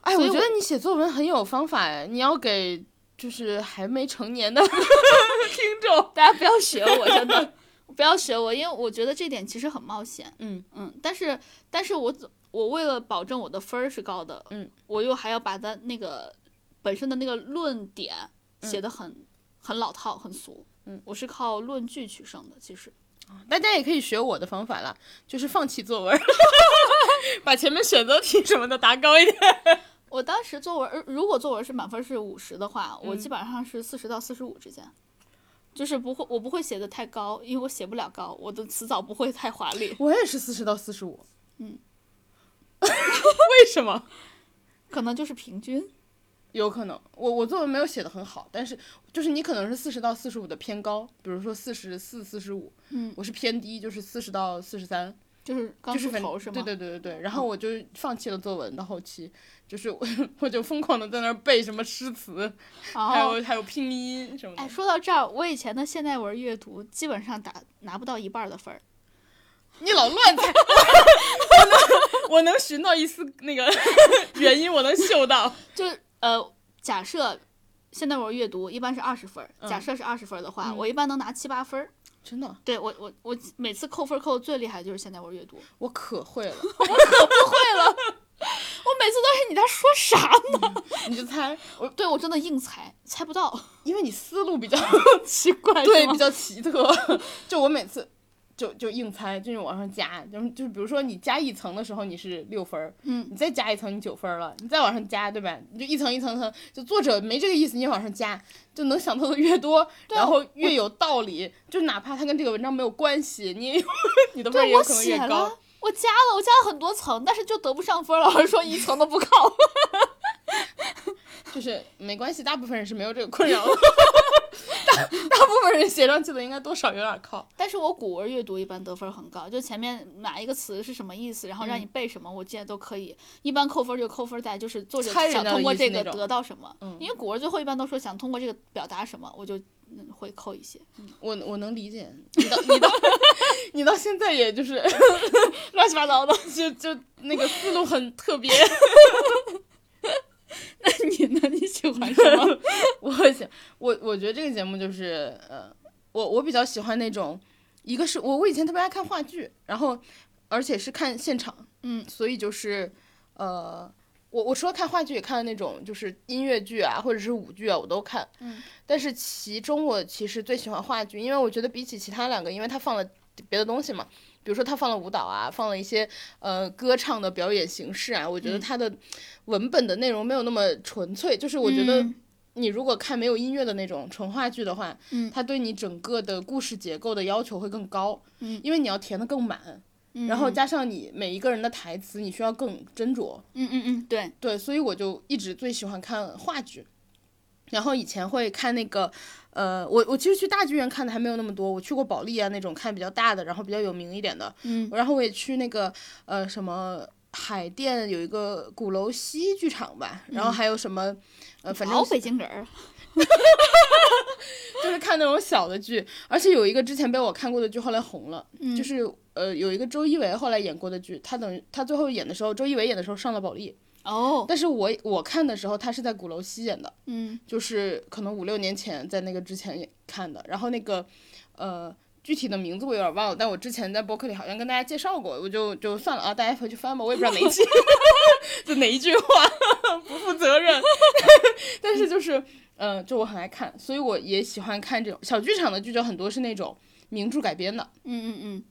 [SPEAKER 3] 哎，
[SPEAKER 2] 所
[SPEAKER 3] 我
[SPEAKER 2] 以
[SPEAKER 3] 觉
[SPEAKER 2] 我
[SPEAKER 3] 得你写作文很有方法哎，你要给就是还没成年 *laughs* 的听众，
[SPEAKER 2] 大家不要学我，真的不要学我，因为我觉得这点其实很冒险。
[SPEAKER 3] 嗯
[SPEAKER 2] 嗯，但是但是我总我为了保证我的分儿是高的，
[SPEAKER 3] 嗯，
[SPEAKER 2] 我又还要把它那个本身的那个论点写得很、很老套、很俗。
[SPEAKER 3] 嗯，
[SPEAKER 2] 我是靠论据取胜的，其实。
[SPEAKER 3] 大家也可以学我的方法啦，就是放弃作 *laughs* 文，把前面选择题什么的答高一点。
[SPEAKER 2] 我当时作文，呃如果作文是满分是五十的话，
[SPEAKER 3] 嗯
[SPEAKER 2] 我基本上是四十到四十五之间，就是不会我不会写的太高，因为我写不了高，我的词藻不会太华丽。
[SPEAKER 3] 我也是四十到四十五，
[SPEAKER 2] 嗯，
[SPEAKER 3] *laughs* 为什么？
[SPEAKER 2] 可能就是平均。
[SPEAKER 3] 有可能，我我作文没有写的很好，但是就是你可能是四十到四十五的偏高，比如说四十四、四十五，
[SPEAKER 2] 嗯，
[SPEAKER 3] 我是偏低，就是四十到四十三，
[SPEAKER 2] 就是刚
[SPEAKER 3] 就是嗯
[SPEAKER 2] 出
[SPEAKER 3] 反
[SPEAKER 2] 头是吗？
[SPEAKER 3] 对对对对对。然后我就放弃了作文，到后期就是我我就疯狂的在那儿背什么诗词，
[SPEAKER 2] *laughs*
[SPEAKER 3] 还
[SPEAKER 2] 哦，
[SPEAKER 3] 有还有拼音什么的。
[SPEAKER 2] 哎，说到这儿，我以前的现代文阅读基本上打拿不到一半儿的分儿，
[SPEAKER 3] 你老乱 *laughs* 猜，我能我能寻到一丝那 *laughs* 个原因，我能嗅到。
[SPEAKER 2] 就呃，假设现代文阅读一般是二十分儿，假设是二十分儿的话，我一般能拿七八分儿。
[SPEAKER 3] 真的，
[SPEAKER 2] 对我我我每次扣分儿扣的最厉害的就是现代文阅读，我
[SPEAKER 3] 我可会 *laughs* 了，
[SPEAKER 2] 每次都是你在说啥呢？
[SPEAKER 3] 你就猜我，
[SPEAKER 2] 嗯对我真的硬猜，猜不到，
[SPEAKER 3] 因为你思路比较
[SPEAKER 2] *laughs* 奇怪，
[SPEAKER 3] 对，
[SPEAKER 2] 是吗
[SPEAKER 3] 比较奇特。 *laughs* 就我每次就就硬猜，就是往上加，就是就是比如说你加一层的时候你是六分儿，
[SPEAKER 2] 嗯
[SPEAKER 3] 你再加一层你九分儿了，你再往上加，对吧？你就一层一层层，就作者没这个意思，你往上加，就能想到的越多，
[SPEAKER 2] 啊
[SPEAKER 3] 然后越有道理。就哪怕它跟这个文章没有关系，你也你的分儿
[SPEAKER 2] 对
[SPEAKER 3] 也有
[SPEAKER 2] 我
[SPEAKER 3] 可能越
[SPEAKER 2] 写
[SPEAKER 3] 高。
[SPEAKER 2] 了。我加了，我加了很多层，但是就得不上分儿。老师说一层都不靠，
[SPEAKER 3] 就是没关系，大部分人是没有这个困
[SPEAKER 2] *laughs*
[SPEAKER 3] 扰的。大大部分人写上去的应该多少有点靠。
[SPEAKER 2] 但是我古文阅读一般得分很高，就前面哪一个词是什么意思，然后让
[SPEAKER 3] 嗯
[SPEAKER 2] 你背什么，我记得都可以。一般扣分就扣分在就是作者
[SPEAKER 3] 猜人
[SPEAKER 2] 想
[SPEAKER 3] 家
[SPEAKER 2] 通过
[SPEAKER 3] 的意思
[SPEAKER 2] 这
[SPEAKER 3] 那
[SPEAKER 2] 个
[SPEAKER 3] 种
[SPEAKER 2] 得到什么，
[SPEAKER 3] 嗯
[SPEAKER 2] 因为古文最后一般都说想通过这个表达什么，我就嗯会扣一
[SPEAKER 3] *laughs*
[SPEAKER 2] 些。
[SPEAKER 3] 我我能理解你到你到 *laughs* 你到现在也就是 *laughs*
[SPEAKER 2] 乱七八糟的，
[SPEAKER 3] 就就那个思路很特别。
[SPEAKER 2] 那你呢？你喜欢什么？
[SPEAKER 3] *laughs* 我想我我觉得这个节目就是呃，我我比较喜欢那种，一个是我我以前特别爱看话剧，然后而且是看现场，
[SPEAKER 2] 嗯，
[SPEAKER 3] 所以就是呃。我我除了看话剧，也看那种就是音乐剧啊，或者是舞剧啊，我都看。
[SPEAKER 2] 嗯，
[SPEAKER 3] 但是其中我其实最喜欢话剧，因为我觉得比起其他两个，因为它放了别的东西嘛，比如说他放了舞蹈啊，放了一些呃歌唱的表演形式啊，我觉得他的文本的内容没有那么纯粹，就是我觉得
[SPEAKER 2] 嗯
[SPEAKER 3] 你如果看没有音乐的那种纯话剧的话，
[SPEAKER 2] 嗯
[SPEAKER 3] 它对你整个的故事结构的要求会更高，
[SPEAKER 2] 嗯
[SPEAKER 3] 因为你要填的更满，然后加上你每一个人的台词，你需要更斟酌，
[SPEAKER 2] *laughs* 嗯嗯嗯，对，
[SPEAKER 3] 对，所以我就一直最喜欢看话剧，然后以前会看那个，呃，我我其实去大剧院看的还没有那么多，我去过保利啊那种看比较大的，然后比较有名一点的，
[SPEAKER 2] 嗯，
[SPEAKER 3] 然后我也去那个呃什么海淀有一个鼓楼西剧场吧，
[SPEAKER 2] 嗯
[SPEAKER 3] 然后还有什么，呃，反正
[SPEAKER 2] 哦老北京人儿，
[SPEAKER 3] *laughs* 就是看那种小的剧，而且有一个之前被我看过的剧后来红了，
[SPEAKER 2] 嗯
[SPEAKER 3] 就是呃有一个周一围后来演过的剧，他等于他最后演的时候，周一围演的时候上了保利，
[SPEAKER 2] 哦，
[SPEAKER 3] 但是我我看的时候他是在鼓楼西演的。
[SPEAKER 2] 嗯
[SPEAKER 3] 就是可能五六年前在那个之前也看的，然后那个呃具体的名字我有点忘了，但我之前在博客里好像跟大家介绍过，我就就算了啊，大家回去翻吧，我也不知道哪一期就哪一句话不负责任， *laughs* 但是就是嗯、呃就我很爱看，所以我也喜欢看这种小剧场的剧，就很多是那种名著改编的。
[SPEAKER 2] 嗯嗯嗯，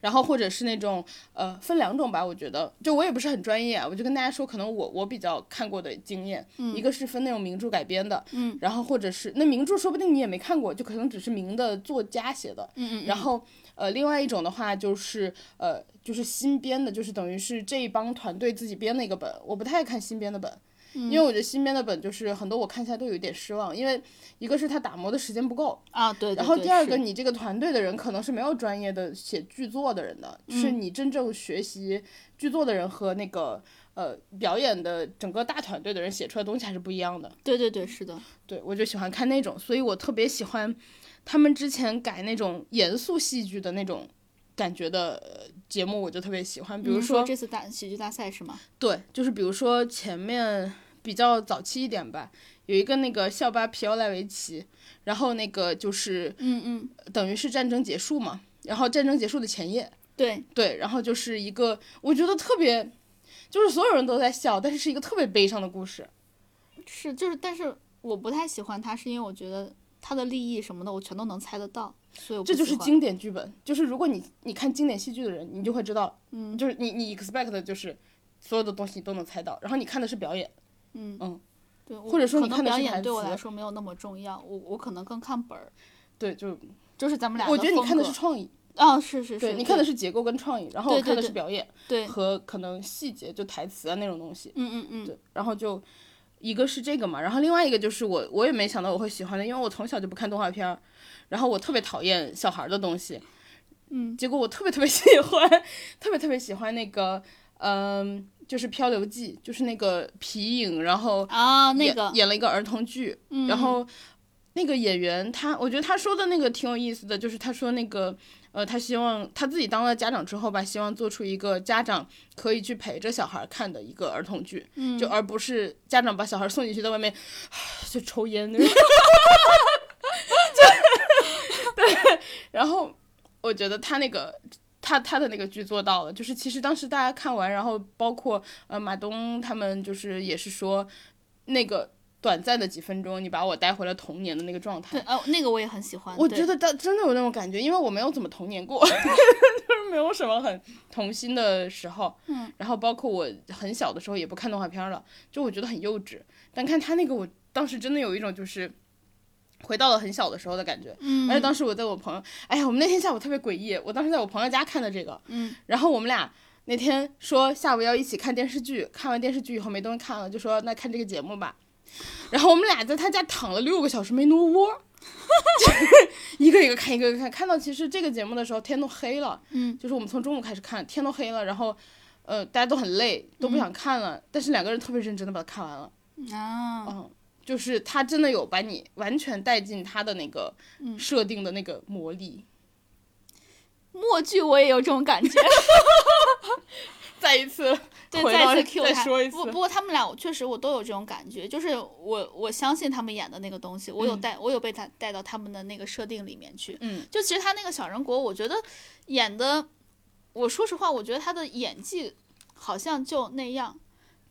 [SPEAKER 3] 然后或者是那种呃分两种吧，我觉得就我也不是很专业啊，我就跟大家说，可能我我比较看过的经验，一个是分那种名著改编的，
[SPEAKER 2] 嗯，
[SPEAKER 3] 然后或者是那名著说不定你也没看过，就可能只是名的作家写的，
[SPEAKER 2] 嗯嗯，
[SPEAKER 3] 然后呃另外一种的话就是呃就是新编的，就是等于是这一帮团队自己编的一个本，我不太爱看新编的本。
[SPEAKER 2] 嗯
[SPEAKER 3] 因为我觉得新编的本就是很多，我看起来都有一点失望，因为一个是它打磨的时间不够，
[SPEAKER 2] 啊对，对
[SPEAKER 3] 然后
[SPEAKER 2] 对
[SPEAKER 3] 哦第二
[SPEAKER 2] 是
[SPEAKER 3] 个，你这个团队的人可能是没有专业的写剧作的人的，是
[SPEAKER 2] 嗯
[SPEAKER 3] 你真正学习剧作的人和那个呃表演的整个大团队的人写出来的东西还是不一样的。
[SPEAKER 2] 对对对，是的，
[SPEAKER 3] 对我就喜欢看那种，所以我特别喜欢他们之前改那种严肃戏剧的那种感觉的呃节目，我就特别喜欢。比如
[SPEAKER 2] 您说
[SPEAKER 3] 说，
[SPEAKER 2] 这次大喜剧大赛是吗？
[SPEAKER 3] 对，就是比如说前面比较早期一点吧，有一个那个校巴皮奥莱维奇，然后那个就是
[SPEAKER 2] 嗯嗯，
[SPEAKER 3] 等于是战争结束嘛，然后战争结束的前夜，
[SPEAKER 2] 对，
[SPEAKER 3] 对，然后就是一个我觉得特别，就是所有人都在笑，但是是一个特别悲伤的故事。
[SPEAKER 2] 是就是，但是我不太喜欢他，是因为我觉得他的利益什么的，我全都能猜得到，所以我不
[SPEAKER 3] 这就
[SPEAKER 2] 喜
[SPEAKER 3] 是
[SPEAKER 2] 欢
[SPEAKER 3] 经典剧本，就是如果你你看经典戏剧的人，你就会知道，嗯，就是你你 expect 的就是所有的东西你都能猜到，然后你看的是表演，
[SPEAKER 2] 对，我
[SPEAKER 3] 或者说
[SPEAKER 2] 可
[SPEAKER 3] 你
[SPEAKER 2] 能
[SPEAKER 3] 看的
[SPEAKER 2] 表
[SPEAKER 3] 是
[SPEAKER 2] 演
[SPEAKER 3] 台
[SPEAKER 2] 对我
[SPEAKER 3] 词
[SPEAKER 2] 来说没有那么重要，我我可能更看本儿，
[SPEAKER 3] 对，就
[SPEAKER 2] 就是咱们俩。
[SPEAKER 3] 我觉得你看的是，创意，
[SPEAKER 2] 哦，是是
[SPEAKER 3] 对
[SPEAKER 2] 是，
[SPEAKER 3] 你看的是结构跟创意，然后
[SPEAKER 2] 对
[SPEAKER 3] 我
[SPEAKER 2] 对
[SPEAKER 3] 看的是
[SPEAKER 2] 对
[SPEAKER 3] 表演
[SPEAKER 2] 对，
[SPEAKER 3] 和可能细节就台词啊那种东西，
[SPEAKER 2] 嗯嗯嗯，
[SPEAKER 3] 对，然后就一个是这个嘛，然后另外一个就是我我也没想到我会喜欢的，因为我从小就不看动画片儿，然后我特别讨厌小孩儿的东西，嗯，结果我特别特 *laughs* 别喜欢，特别特别喜欢那个，嗯、就是《漂流记》，就是那个皮影，然后
[SPEAKER 2] 啊，那
[SPEAKER 3] 演
[SPEAKER 2] 个，
[SPEAKER 3] 演了一个儿童剧，然后那个演员他，我觉得他说的那个挺有意思的，就是他说那个呃，他希望他自己当了家长之后吧，希望做出一个家长可以去陪着小孩看的一个儿童剧，就而不是家长把小孩送进去在外面啊 *laughs* 就抽烟那种，就对，然后我觉得他那个。他他的那个剧做到了，就是其实当时大家看完，然后包括呃马东他们就是也是说，那个短暂的几分钟，你把我带回了童年的那个状
[SPEAKER 2] 对，
[SPEAKER 3] 态。
[SPEAKER 2] 哦，那个我也很喜欢，
[SPEAKER 3] 我
[SPEAKER 2] 对
[SPEAKER 3] 觉得他真的有那种感觉，因为我没有怎么童年过， *laughs* 就是没有什么很童心的时候。嗯，然后包括我很小的时候也不看动画片了，就我觉得很幼稚。但看他那个，我当时真的有一种就是回到了很小的时候的感觉。嗯，而且当时我在我朋友，哎呀，我们那天下午特别诡异，我当时在我朋友家看的这个，嗯，然后我们俩。那天说下午要一起看电视剧，看完电视剧以后没东西看了，就说那看这个节目吧。然后我们俩在他家躺了六个小时没挪窝，一个一个看，一个一个看，看到其实这个节目的时候天都黑了，嗯，就是我们从中午开始看，天都黑了，然后，呃，大家都很累，都不想看
[SPEAKER 2] 嗯
[SPEAKER 3] 了，但是两个人特别认真的把它看完了，
[SPEAKER 2] 啊，
[SPEAKER 3] 嗯，就是他真的有把你完全带进他的那个设定的那个魔
[SPEAKER 2] 嗯
[SPEAKER 3] 力。
[SPEAKER 2] 默剧我也有这种感觉，
[SPEAKER 3] 再一次，
[SPEAKER 2] 对，
[SPEAKER 3] 回到
[SPEAKER 2] 再次 Q
[SPEAKER 3] 再
[SPEAKER 2] 他。
[SPEAKER 3] 说一次
[SPEAKER 2] 不不过他们俩我确实我都有这种感觉，就是我我相信他们演的那个东西，我有带、我有被他带到他们的那个设定里面去。
[SPEAKER 3] 嗯，
[SPEAKER 2] 就其实他那个小人国，我觉得演的，我说实话，我觉得他的演技好像就那样。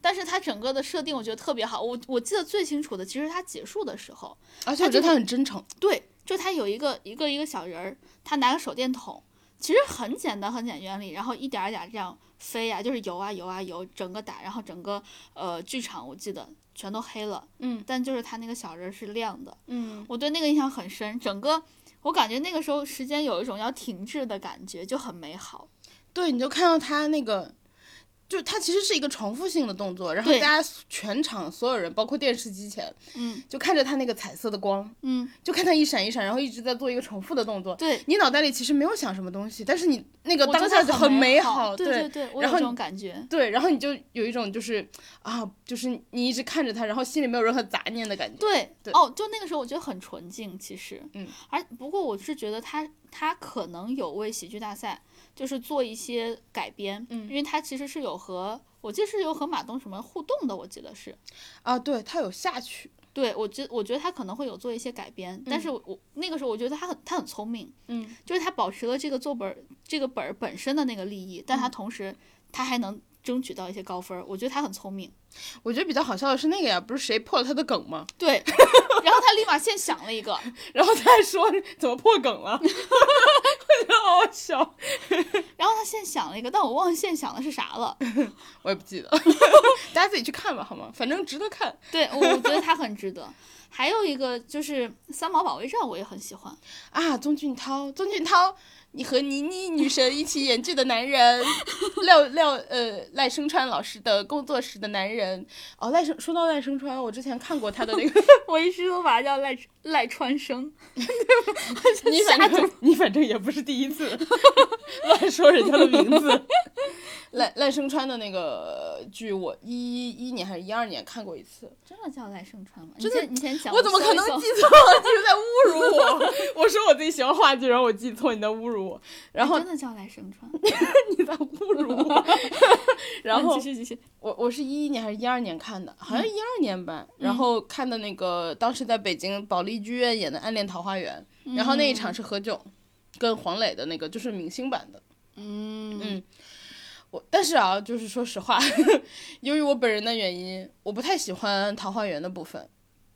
[SPEAKER 2] 但是他整个的设定我觉得特别好，我我记得最清楚的，其实他结束的时候，
[SPEAKER 3] 而且我觉得他很真诚，
[SPEAKER 2] 对，就他有一个一个一个小人儿，他拿个手电筒其实很简单，很简单原理，然后一点儿一点儿这样飞呀、就是游啊游啊游，整个打，然后整个呃剧场我记得全都黑了，
[SPEAKER 3] 嗯，
[SPEAKER 2] 但就是他那个小人儿是亮的，
[SPEAKER 3] 嗯，
[SPEAKER 2] 我对那个印象很深，整个我感觉那个时候时间有一种要停滞的感觉，就很美好。
[SPEAKER 3] 对，你就看到他那个，就他其实是一个重复性的动作，然后
[SPEAKER 2] 对
[SPEAKER 3] 大家全场所有人，包括电视机前，
[SPEAKER 2] 嗯
[SPEAKER 3] 就看着他那个彩色的光，
[SPEAKER 2] 嗯，
[SPEAKER 3] 就看他一闪一闪，然后一直在做一个重复的动作。
[SPEAKER 2] 对，
[SPEAKER 3] 你脑袋里其实没有想什么东西，但是你那个
[SPEAKER 2] 我
[SPEAKER 3] 当
[SPEAKER 2] 觉
[SPEAKER 3] 下
[SPEAKER 2] 得
[SPEAKER 3] 就
[SPEAKER 2] 很
[SPEAKER 3] 美
[SPEAKER 2] 好，对
[SPEAKER 3] 对
[SPEAKER 2] 对，我
[SPEAKER 3] 然
[SPEAKER 2] 有这
[SPEAKER 3] 后你
[SPEAKER 2] 种感觉。
[SPEAKER 3] 对，然后你就有一种就是啊，就是你一直看着他，然后心里没有任何杂念的感觉。
[SPEAKER 2] 对，
[SPEAKER 3] 对
[SPEAKER 2] 哦，就那个时候我觉得很纯净，其实，
[SPEAKER 3] 嗯，
[SPEAKER 2] 而不过我是觉得他他可能有为喜剧大赛就是做一些改编，
[SPEAKER 3] 嗯
[SPEAKER 2] 因为他其实是有和我记得是有和马东什么互动的，我记得是，
[SPEAKER 3] 啊，对他有下去，
[SPEAKER 2] 对我觉我觉得他可能会有做一些改编，但是我那个时候我觉得他很他很聪明，
[SPEAKER 3] 嗯，
[SPEAKER 2] 就是他保持了这个作本儿这个本儿本身的那个利益，但他
[SPEAKER 3] 嗯
[SPEAKER 2] 同时他还能争取到一些高分儿，我觉得他很聪明，
[SPEAKER 3] 我觉得比较好笑的是那个呀，不是谁破了他的梗吗？
[SPEAKER 2] 对， *laughs* 然后他立马现想了一个，
[SPEAKER 3] 然后他还说怎么破梗了，我 *laughs* 觉得好好笑，
[SPEAKER 2] 然后他现想了一个，但我忘了现想的是啥了。 *laughs*
[SPEAKER 3] 我也不 *laughs* 记得，大家自己去看吧，好吗？反正值得看。
[SPEAKER 2] 对，我我觉得他很值得。 *laughs* 还有一个就是三毛保卫战，我也很喜
[SPEAKER 3] *laughs*
[SPEAKER 2] 欢。
[SPEAKER 3] 啊，宗俊涛，宗俊涛，你和倪妮女神一起演剧的男 *laughs* 人，廖廖呃赖声川老师的工作室的男人。哦，赖声说到赖声川，我之前看过他的那 *laughs* 个，
[SPEAKER 2] 我一直都把他叫赖赖川生，
[SPEAKER 3] 你反正你反正也不是第一次 *laughs* 乱说人家的名字。 *laughs* 赖赖声川的那个剧，我一一年还是一二年看过一次，
[SPEAKER 2] 真的叫赖声川吗？
[SPEAKER 3] 真的
[SPEAKER 2] 你先你先讲，
[SPEAKER 3] 哎我怎么
[SPEAKER 2] 搜
[SPEAKER 3] 可
[SPEAKER 2] 一
[SPEAKER 3] 能
[SPEAKER 2] 搜
[SPEAKER 3] 记错？ *laughs* 你是在侮辱我！我 *laughs* 说我自己喜欢话剧，然后我记错，你在侮辱我，然后
[SPEAKER 2] 真的叫赖声川？
[SPEAKER 3] 你在侮辱我， *laughs* 然后
[SPEAKER 2] 嗯继续继续，
[SPEAKER 3] *laughs* 我我是一一年还是一二年看的，好像一二年吧。然后看的那个当时在北京保利剧院演的《暗恋桃花源》，然后那一场是何炅跟黄磊的那个，就是明星版的。
[SPEAKER 2] 嗯
[SPEAKER 3] 嗯，我但是啊，就是说实话， *laughs* 由于我本人的原因，我不太喜欢《桃花源》的部分。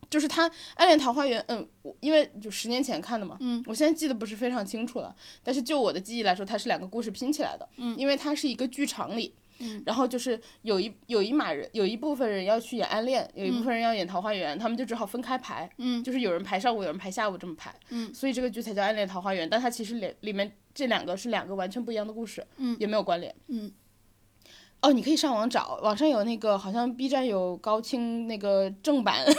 [SPEAKER 3] 就是他《暗恋桃花源》，嗯，我因为就十年前看的嘛，
[SPEAKER 2] 嗯，
[SPEAKER 3] 我现在记得不是非常清楚了，但是就我的记忆来说，它是两个故事拼起来的，
[SPEAKER 2] 嗯
[SPEAKER 3] 因为它是一个剧场里，
[SPEAKER 2] 嗯，
[SPEAKER 3] 然后就是有一有一码人，有一部分人要去演暗恋，有一部分人要演桃花源，他们就只好分开排，
[SPEAKER 2] 嗯
[SPEAKER 3] 就是有人排上午，有人排下午这么排，
[SPEAKER 2] 嗯
[SPEAKER 3] 所以这个剧才叫《暗恋桃花源》，但它其实里里面这两个是两个完全不一样的故事，
[SPEAKER 2] 嗯
[SPEAKER 3] 也没有关联，
[SPEAKER 2] 嗯。
[SPEAKER 3] 哦，你可以上网找，网上有那个，好像 B 站有高清那个
[SPEAKER 2] *laughs*
[SPEAKER 3] 正版，强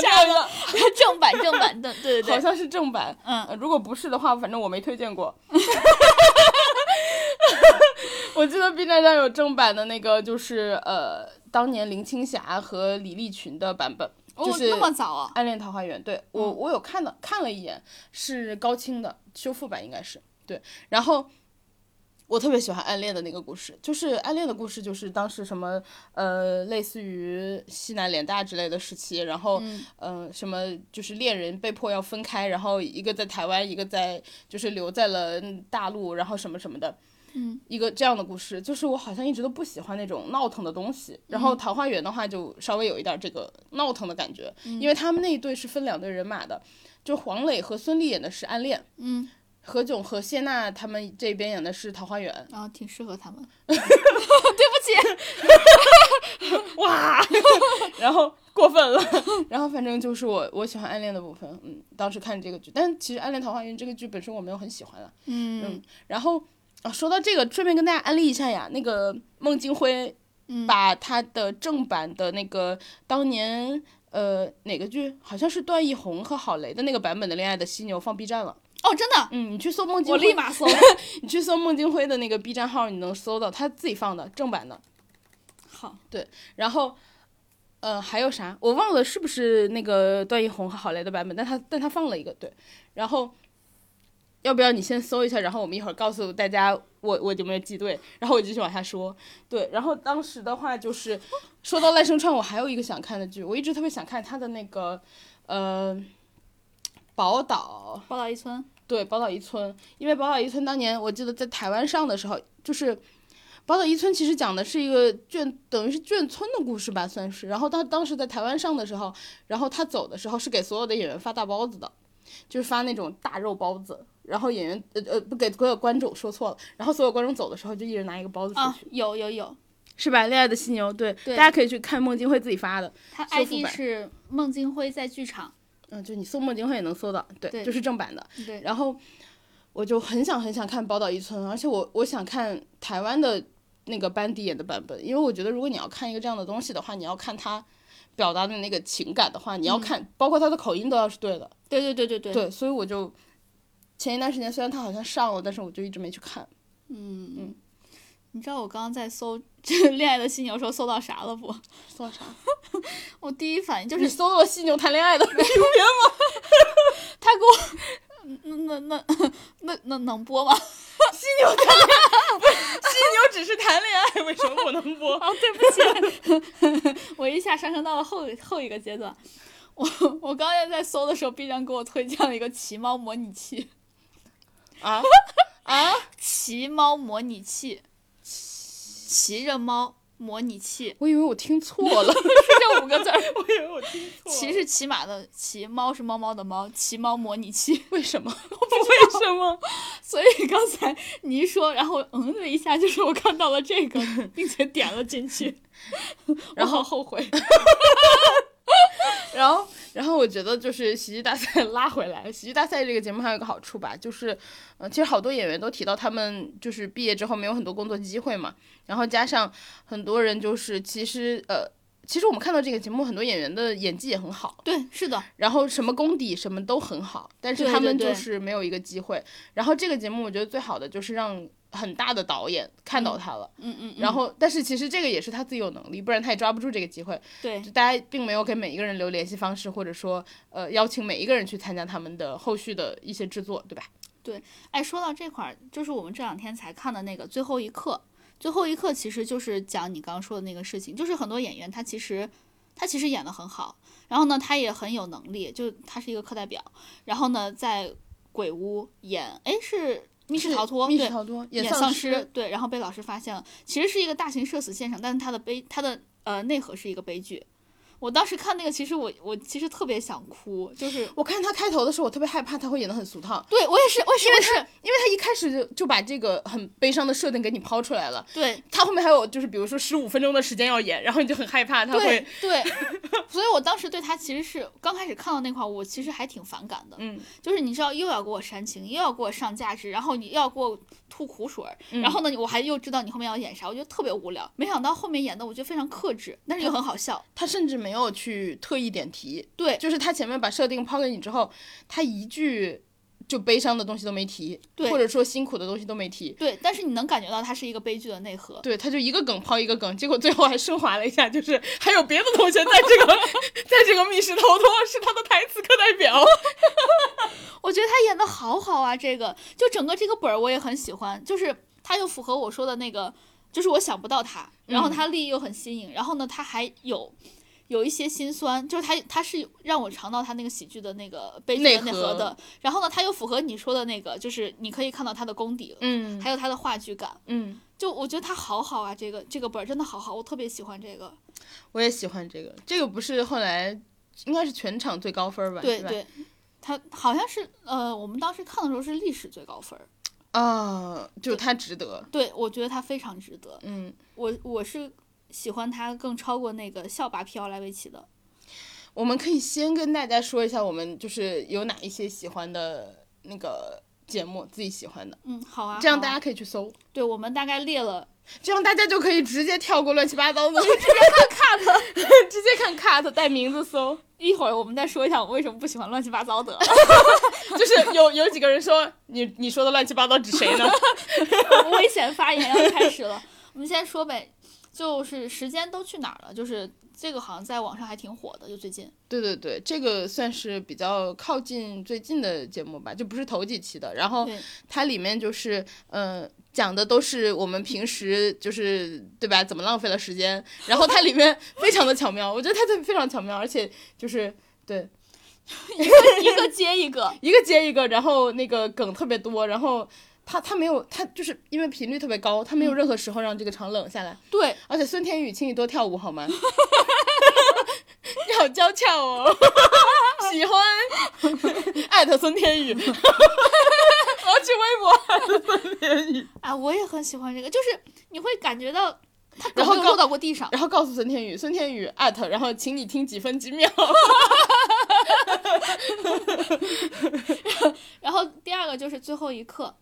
[SPEAKER 3] 调一下，
[SPEAKER 2] *laughs* 正版正版的，对对
[SPEAKER 3] 好
[SPEAKER 2] 对，
[SPEAKER 3] 像是正版。
[SPEAKER 2] 嗯
[SPEAKER 3] 呃如果不是的话，反正我没推荐过。
[SPEAKER 2] *laughs*
[SPEAKER 3] 我记得 B 站上有正版的那个，就是呃，当年林青霞和李立群的版本，就
[SPEAKER 2] 哦
[SPEAKER 3] 是
[SPEAKER 2] 那么早啊？
[SPEAKER 3] 暗恋桃花源，对我我有看的，看了一眼，是高清的修复版，应该是对。然后我特别喜欢暗恋的那个故事，就是暗恋的故事，就是当时什么呃，类似于西南联大之类的时期，然后
[SPEAKER 2] 嗯
[SPEAKER 3] 呃，什么就是恋人被迫要分开，然后一个在台湾，一个在就是留在了嗯大陆，然后什么什么的。
[SPEAKER 2] 嗯，
[SPEAKER 3] 一个这样的故事，就是我好像一直都不喜欢那种闹腾的东西。然后《桃花源》的话，就稍微有一点这个闹腾的感觉，因为他们那一对是分两队人马的，就黄磊和孙俪演的是暗恋，
[SPEAKER 2] 嗯，
[SPEAKER 3] 何炅和谢娜他们这边演的是桃花源。
[SPEAKER 2] 然后挺适合他们。
[SPEAKER 3] 哇， *laughs* 然后过分了，然后反正就是我我喜欢暗恋的部分，嗯，当时看这个剧，但其实《暗恋桃花源》这个剧本身我没有很喜欢啊了。
[SPEAKER 2] 嗯
[SPEAKER 3] 然后啊，说到这个，顺便跟大家安利一下呀，那个孟京辉
[SPEAKER 2] 嗯
[SPEAKER 3] 把他的正版的那个当年。呃，哪个剧好像是段奕宏和郝蕾的那个版本的《恋爱的犀牛》放 B 站了。
[SPEAKER 2] 哦，真的，
[SPEAKER 3] 嗯，你去搜孟京
[SPEAKER 2] 我
[SPEAKER 3] 辉，
[SPEAKER 2] 立马搜。
[SPEAKER 3] 你去搜孟京辉的那个 B 站号，你能搜到他自己放的正版的。
[SPEAKER 2] *laughs* 好，
[SPEAKER 3] 然后，呃，还有啥？我忘了是不是那个段奕宏和郝蕾的版本，但他但他放了一个对。然后，要不要你先搜一下，然后我们一会儿告诉大家我我有没有记对，然后我继续往下说。对，然后当时的话就是，说到赖声川，我还有一个想看的剧，我一直特别想看他的那个，呃。宝岛
[SPEAKER 2] 报道一村，
[SPEAKER 3] 对宝岛一村，因为宝岛一村当年我记得在台湾上的时候，就是宝岛一村其实讲的是一个眷，等于是眷村的故事吧，算是。然后他当时在台湾上的时候，然后他走的时候是给所有的演员发大包子的，就是发那种大肉包子，然后演员呃呃不给所有观众说错了，然后所有观众走的时候就一人拿一个包子出
[SPEAKER 2] 啊
[SPEAKER 3] 去，，
[SPEAKER 2] 有有有，
[SPEAKER 3] 是吧？恋爱的犀牛，对，
[SPEAKER 2] 对
[SPEAKER 3] 大家可以去看孟京辉自己发的，
[SPEAKER 2] 他
[SPEAKER 3] 修复
[SPEAKER 2] ID
[SPEAKER 3] 版
[SPEAKER 2] 是孟京辉在剧场，
[SPEAKER 3] 嗯，就你搜孟京辉也能搜到，对，
[SPEAKER 2] 对
[SPEAKER 3] 就是正版的。
[SPEAKER 2] 对，
[SPEAKER 3] 然后我就很想很想看《宝岛一村》，而且我我想看台湾的那个班底演的版本，因为我觉得如果你要看一个这样的东西的话，你要看他表达的那个情感的话，你要看、包括他的口音都要是对的。
[SPEAKER 2] 对对对对对，
[SPEAKER 3] 嗯对，所以我就前一段时间虽然他好像上了，但是我就一直没去看。
[SPEAKER 2] 嗯
[SPEAKER 3] 嗯
[SPEAKER 2] 嗯。你知道我刚刚在搜 *laughs* 这《恋爱的犀牛》时候搜到啥了不？
[SPEAKER 3] 搜啥？
[SPEAKER 2] 我第一反应就
[SPEAKER 3] 你
[SPEAKER 2] 是
[SPEAKER 3] 搜了犀牛谈恋爱 *laughs* 的
[SPEAKER 2] 他给我，那那那那那能播吗？
[SPEAKER 3] 犀牛只是谈恋爱，为什么不能播？
[SPEAKER 2] *laughs* 我一下上升到了后后一个阶段。我我刚才在搜的时候，必然给我推荐了一个骑猫模拟器，
[SPEAKER 3] 啊
[SPEAKER 2] *laughs*
[SPEAKER 3] 啊！
[SPEAKER 2] 骑猫模拟器，骑着猫模拟
[SPEAKER 3] *laughs*
[SPEAKER 2] 器，
[SPEAKER 3] *laughs* 我以为我听错了，
[SPEAKER 2] 是这五个字儿。
[SPEAKER 3] *laughs* 我以为我听 *laughs* 错
[SPEAKER 2] 骑是骑马的骑，猫是猫猫的猫，骑猫模拟器。
[SPEAKER 3] 为什 *laughs* 么？为什么？
[SPEAKER 2] 所以刚才你一说，然后我嗯了一下，就是我看到了这个，并且点了进去， *laughs*
[SPEAKER 3] 然
[SPEAKER 2] 后后悔。
[SPEAKER 3] 然后，然后我觉得就是喜剧大赛 *laughs* 拉回来，喜剧大赛这个节目还有一个好处吧，就是，呃，其实好多演员都提到他们就是毕业之后没有很多工作机会嘛，然后加上很多人就是其实呃，其实我们看到这个节目很多演员的演技也很好，
[SPEAKER 2] 对，是的，
[SPEAKER 3] 然后什么功底什么都很好，但是
[SPEAKER 2] 对
[SPEAKER 3] 他们
[SPEAKER 2] 对
[SPEAKER 3] 就
[SPEAKER 2] 对
[SPEAKER 3] 是没有一个机会。然后这个节目我觉得最好的就是让很大的导演看到他了，
[SPEAKER 2] 嗯嗯，嗯
[SPEAKER 3] 然后但是其实这个也是他自己有能力，不然他也抓不住这个机会。
[SPEAKER 2] *laughs* 对
[SPEAKER 3] 就大家并没有给每一个人留联系方式，或者说呃邀请每一个人去参加他们的后续的一些制作，对吧？
[SPEAKER 2] 哎，说到这块儿，就是我们这两天才看的那个《最后一刻》。最后一刻其实就是讲你刚刚说的那个事情，就是很多演员他其实他其实演得很好，然后呢他也很有能力，就他是一个课代表，然后呢在鬼屋演，哎是密室逃脱，
[SPEAKER 3] 密室
[SPEAKER 2] 对，
[SPEAKER 3] 逃脱，
[SPEAKER 2] 演
[SPEAKER 3] 丧
[SPEAKER 2] 丧，对，然后被老师发现了，其实是一个大型社死现场，但是他的悲他的呃内核是一个悲剧。我当时看那个，其实我我其实特别想哭，就是
[SPEAKER 3] 我看他开头的时候，我特别害怕他会演得很俗套，
[SPEAKER 2] *laughs* 对我也是，我也是，我也是，
[SPEAKER 3] 因为他一开始就就把这个很悲伤的设定给你抛出来了。
[SPEAKER 2] *laughs* 对，
[SPEAKER 3] 他后面还有就是，比如说十五分钟的时间要演，然后你就很害怕他会
[SPEAKER 2] 对，对，所以我当时对他其实是刚开始看到那块儿，我其实还挺反感的。
[SPEAKER 3] 嗯，
[SPEAKER 2] 就是你知道又要给我煽情，又要给我上价值，然后你又要给我吐苦水儿，然后呢，我还又知道你后面要演啥，我觉得特别无聊。没想到后面演的我觉得非常克制，但是又很好笑。
[SPEAKER 3] 他甚至没有去特意点题，
[SPEAKER 2] 对
[SPEAKER 3] 就是他前面把设定抛给你之后，他一句就悲伤的东西都没提，
[SPEAKER 2] 对
[SPEAKER 3] 或者说辛苦的东西都没提，
[SPEAKER 2] 对，但是你能感觉到它是一个悲剧的内核。
[SPEAKER 3] 对，他就一个梗抛一个梗，结果最后还升华了一下，就是还有别的同学在这 *laughs* 个在这个密室逃脱是他的台词课代表。
[SPEAKER 2] 我觉得他演的好好啊，这个就整个这个本儿我也很喜欢，就是他又符合我说的那个，就是我想不到他，然
[SPEAKER 3] 嗯
[SPEAKER 2] 后他立意又很新颖，然后呢他还有。有一些心酸，就是他他是让我尝到他那个喜剧的那个悲剧的
[SPEAKER 3] 内
[SPEAKER 2] 内核
[SPEAKER 3] 核
[SPEAKER 2] 的，然后呢，他又符合你说的那个，就是你可以看到他的功底，
[SPEAKER 3] 嗯
[SPEAKER 2] 还有他的话剧感，
[SPEAKER 3] 嗯，
[SPEAKER 2] 就我觉得他好好啊，这个这个本儿真的好好，我特别喜欢这个，
[SPEAKER 3] 我也喜欢这个，这个不是后来应该是全场最高分吧？
[SPEAKER 2] 对
[SPEAKER 3] 是吧。
[SPEAKER 2] 对，他好像是呃，我们当时看的时候是历史最高分儿，
[SPEAKER 3] 啊，就他值得。
[SPEAKER 2] 对我觉得他非常值得，
[SPEAKER 3] 嗯，
[SPEAKER 2] 我我是喜欢他更超过那个校霸皮奥莱维奇的。
[SPEAKER 3] 我们可以先跟大家说一下，我们就是有哪一些喜欢的那个节目，自己喜欢的，
[SPEAKER 2] 嗯，好啊，
[SPEAKER 3] 这样
[SPEAKER 2] 好
[SPEAKER 3] 大
[SPEAKER 2] 啊
[SPEAKER 3] 家可以去搜，
[SPEAKER 2] 对我们大概列
[SPEAKER 3] *laughs*
[SPEAKER 2] 了，
[SPEAKER 3] 这样大家就可以直接跳过乱七八 *laughs* 糟的，直接看 cut，直接 *laughs* 看 cut 带名字搜。
[SPEAKER 2] *laughs* 一会儿我们再说一下我为什么不喜欢乱七八糟的。 *laughs*
[SPEAKER 3] *laughs* 就是有有几个人说你你说的乱七八糟指谁呢？ *laughs*
[SPEAKER 2] 危险发言要开始了，我们先说呗，就是时间都去哪儿了？就是这个好像在网上还挺火的，就最
[SPEAKER 3] *laughs*
[SPEAKER 2] 近。
[SPEAKER 3] 对对对，这个算是比较靠近最近的节目吧，就不是头几期的。然后
[SPEAKER 2] 对
[SPEAKER 3] 它里面就是呃讲的都是我们平时就是对吧，怎么浪费了时间。然后它里面非常的巧妙，我觉得它这非常巧妙，而且就是对
[SPEAKER 2] 一个接一个，
[SPEAKER 3] 一个接一个，然后那个梗特别多，然后。它它没有，它就是因为频率特别高，它没有任何时候让这个场冷下来。
[SPEAKER 2] *laughs* 对，
[SPEAKER 3] 而且孙天宇，请你多跳舞好 *laughs* 吗？你 *laughs* 好娇俏哦，喜欢，艾特孙天宇，我去微博艾特孙天宇，
[SPEAKER 2] *laughs* 啊，我也很喜欢这个，就是你会感觉到他
[SPEAKER 3] 然后
[SPEAKER 2] 没有
[SPEAKER 3] 告
[SPEAKER 2] 落到过地上，
[SPEAKER 3] 然后告诉孙天宇，孙天宇艾特，然后请你听几分几秒。
[SPEAKER 2] 然后第二个就是最后一刻，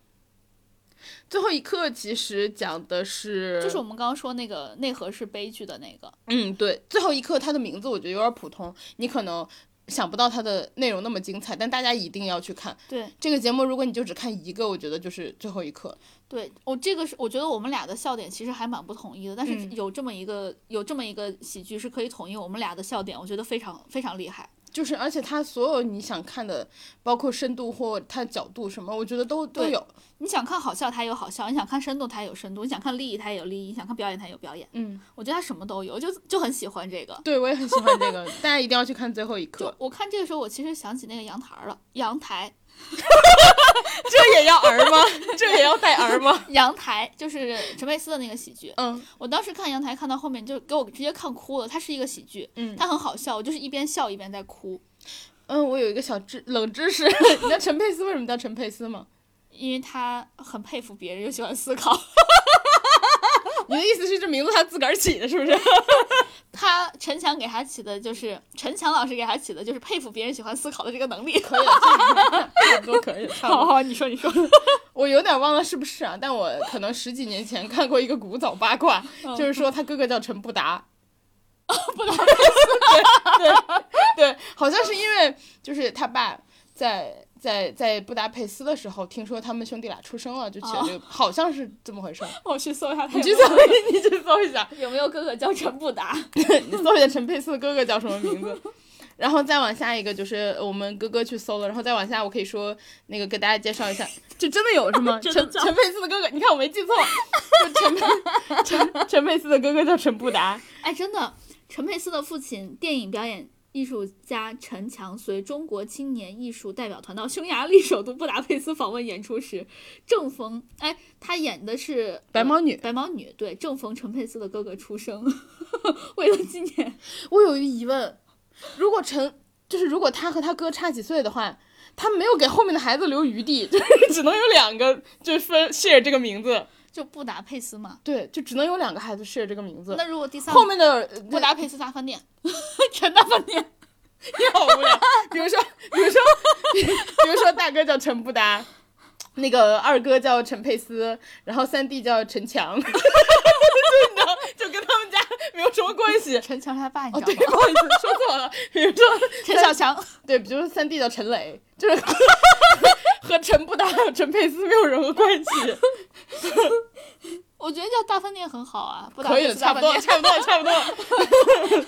[SPEAKER 3] 最后一刻其实讲的是，
[SPEAKER 2] 就是我们刚刚说那个内核是悲剧的那个，
[SPEAKER 3] 嗯，对，最后一刻它的名字我觉得有点普通，你可能想不到它的内容那么精彩，但大家一定要去看
[SPEAKER 2] 对
[SPEAKER 3] 这个节目。如果你就只看一个，我觉得就是最后一刻。
[SPEAKER 2] 对，我、这个是我觉得我们俩的笑点其实还蛮不统一的，但是有这么一个、有这么一个喜剧是可以统一我们俩的笑点，我觉得非常非常厉害。
[SPEAKER 3] 就是，而且它所有你想看的，包括深度或它角度什么，我觉得都都
[SPEAKER 2] 对
[SPEAKER 3] 有。
[SPEAKER 2] 你想看好笑，它也有好笑；你想看深度，它也有深度；你想看利益，它也有利益；你想看表演，它也有表演。
[SPEAKER 3] 嗯，
[SPEAKER 2] 我觉得它什么都有，就就很喜欢这个。
[SPEAKER 3] 对，我也很喜欢这个， *laughs* 大家一定要去看最后一
[SPEAKER 2] 就
[SPEAKER 3] 刻。
[SPEAKER 2] 我看这个时候，我其实想起那个阳台儿了，阳台，
[SPEAKER 3] *laughs* 这也要儿吗？ *laughs* 这也要带儿吗？
[SPEAKER 2] 阳台就是陈佩斯的那个喜剧。
[SPEAKER 3] *laughs* 嗯，
[SPEAKER 2] 我当时看阳台看到后面就给我直接看哭了，它是一个喜剧，
[SPEAKER 3] 嗯
[SPEAKER 2] 它很好笑，我就是一边笑一边在哭，
[SPEAKER 3] 嗯，我有一个小知冷知 *laughs* 识，你知道陈佩斯为什么叫陈佩斯吗？
[SPEAKER 2] 因为他很佩服别人，又喜欢思考。 *laughs*
[SPEAKER 3] 你的意思是这名字他自个儿起的，是不是？
[SPEAKER 2] 他陈强给他起的就是陈强老师给他起的就是佩服别人喜欢思考的这个能力。
[SPEAKER 3] 可以了，差不多可以了，差不
[SPEAKER 2] 好
[SPEAKER 3] 多。
[SPEAKER 2] 好，你说你 *laughs* 说，
[SPEAKER 3] 我有点忘了是不是啊，但我可能十几年前看过一个古早八卦，就是说他哥哥叫陈布达。 *laughs* 布达佩斯，对对对，好像是因为就是他爸在在在布达佩斯的时候，听说他们兄弟俩出生了，就起了这个，好像是这么回事儿。
[SPEAKER 2] 我去搜一下他
[SPEAKER 3] 你
[SPEAKER 2] 有没
[SPEAKER 3] 去
[SPEAKER 2] 有
[SPEAKER 3] 搜，你去搜一下，
[SPEAKER 2] *laughs* 有没有哥哥叫陈不达。
[SPEAKER 3] *laughs* 你搜一下陈佩斯的哥哥叫什么名字。然后再往下一个就是我们哥哥去搜了，然后再往下我可以说那个给大家介绍一下，这真的有是吗？陈
[SPEAKER 2] 真的叫
[SPEAKER 3] 陈佩斯的哥哥，你看我没记错，就陈佩陈陈佩斯的哥哥叫陈布达，
[SPEAKER 2] 哎，真的，陈佩斯的父亲电影表演艺术家陈强随中国青年艺术代表团到匈牙利首都布达佩斯访问演出时，正逢哎，他演的是
[SPEAKER 3] 白毛女
[SPEAKER 2] 呃白毛女，对，正逢陈佩斯的哥哥出生， *laughs* 为了纪念，
[SPEAKER 3] 我有一个疑问，如果陈就是如果他和他哥差几岁的话，他没有给后面的孩子留余地， *laughs* 就是只能有两个，就是分 share 这个名字，
[SPEAKER 2] 就布达佩斯嘛。
[SPEAKER 3] 对，就只能有两个孩子 share 这个名字。
[SPEAKER 2] 那如果第三
[SPEAKER 3] 后面的呃
[SPEAKER 2] 布达佩斯大饭店，陈大饭店，
[SPEAKER 3] 也好无聊。比如说，比如说， *laughs* 比如说，大哥叫陈布达，那个二哥叫陈佩斯，然后三弟叫陈强， *laughs* 就你知道，就跟他们家没有什么关系。
[SPEAKER 2] *laughs* 陈强是他爸，你
[SPEAKER 3] 哦，
[SPEAKER 2] 知道
[SPEAKER 3] 对，
[SPEAKER 2] 吗？
[SPEAKER 3] 不好意思，说错了。比如说，
[SPEAKER 2] *laughs* 陈小强，
[SPEAKER 3] 对，比如说三弟叫陈磊，就是和陈布达还有陈佩斯没有任何关系。
[SPEAKER 2] 我觉得叫大饭店很好啊，布达
[SPEAKER 3] 可以
[SPEAKER 2] 佩
[SPEAKER 3] 了，
[SPEAKER 2] 斯
[SPEAKER 3] 差
[SPEAKER 2] 大
[SPEAKER 3] 不
[SPEAKER 2] 饭
[SPEAKER 3] 多了，
[SPEAKER 2] 店。
[SPEAKER 3] 差不多了，差不多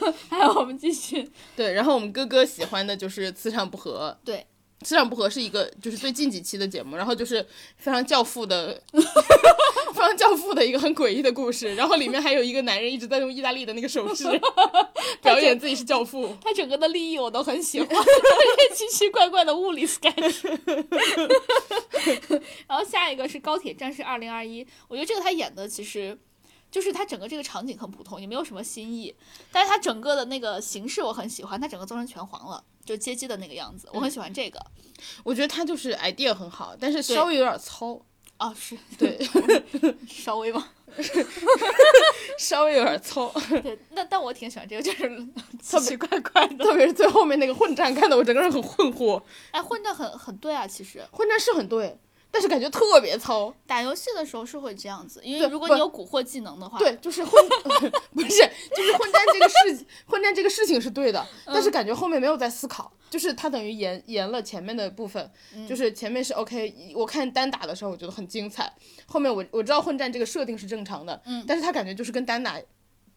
[SPEAKER 3] 了。
[SPEAKER 2] 还有我们继续，
[SPEAKER 3] 对，然后我们哥哥喜欢的就是磁场不合，
[SPEAKER 2] *laughs* 对，
[SPEAKER 3] 磁场不合是一个就是最近几期的节目，然后就是非常教父的， *laughs* 非常教父的一个很诡异的故事，然后里面还有一个男人一直在用意大利的那个手 *laughs* 势表演自己是教父。
[SPEAKER 2] 他整个的利益我都很喜欢， *laughs* 这奇奇怪怪的物理 sketch。然后下一个是《高铁战士二零二一》，我觉得这个他演的其实。就是他整个这个场景很普通，也没有什么新意，但是他整个的那个形式我很喜欢，他整个做成拳皇了，就街机的那个样子，我很喜欢这个。
[SPEAKER 3] 我觉得他就是 idea 很好，但是
[SPEAKER 2] 对
[SPEAKER 3] 稍微有点糙，
[SPEAKER 2] 哦，是
[SPEAKER 3] 对，
[SPEAKER 2] *laughs* 稍微吧，
[SPEAKER 3] 稍微有点糙，
[SPEAKER 2] 对，那但我挺喜欢这个，就是
[SPEAKER 3] *laughs* 特别怪怪的， *laughs* 特别是最后面那个混战，看得我整个人很困惑。
[SPEAKER 2] 哎，混的很很对啊，其实
[SPEAKER 3] 混战是很对，但是感觉特别糙。
[SPEAKER 2] 打游戏的时候是会这样子，因为
[SPEAKER 3] 对
[SPEAKER 2] 如果
[SPEAKER 3] 不
[SPEAKER 2] 你有蛊惑技能的话，
[SPEAKER 3] 对，就是混， *laughs* 不是，就是混战这个事，混战这个事情是对的，但是感觉后面没有在思考，就是他等于延延了前面的部分，就是前面是 OK，我看单打的时候我觉得很精彩，后面我我知道混战这个设定是正常的，嗯，但是他感觉就是跟单打。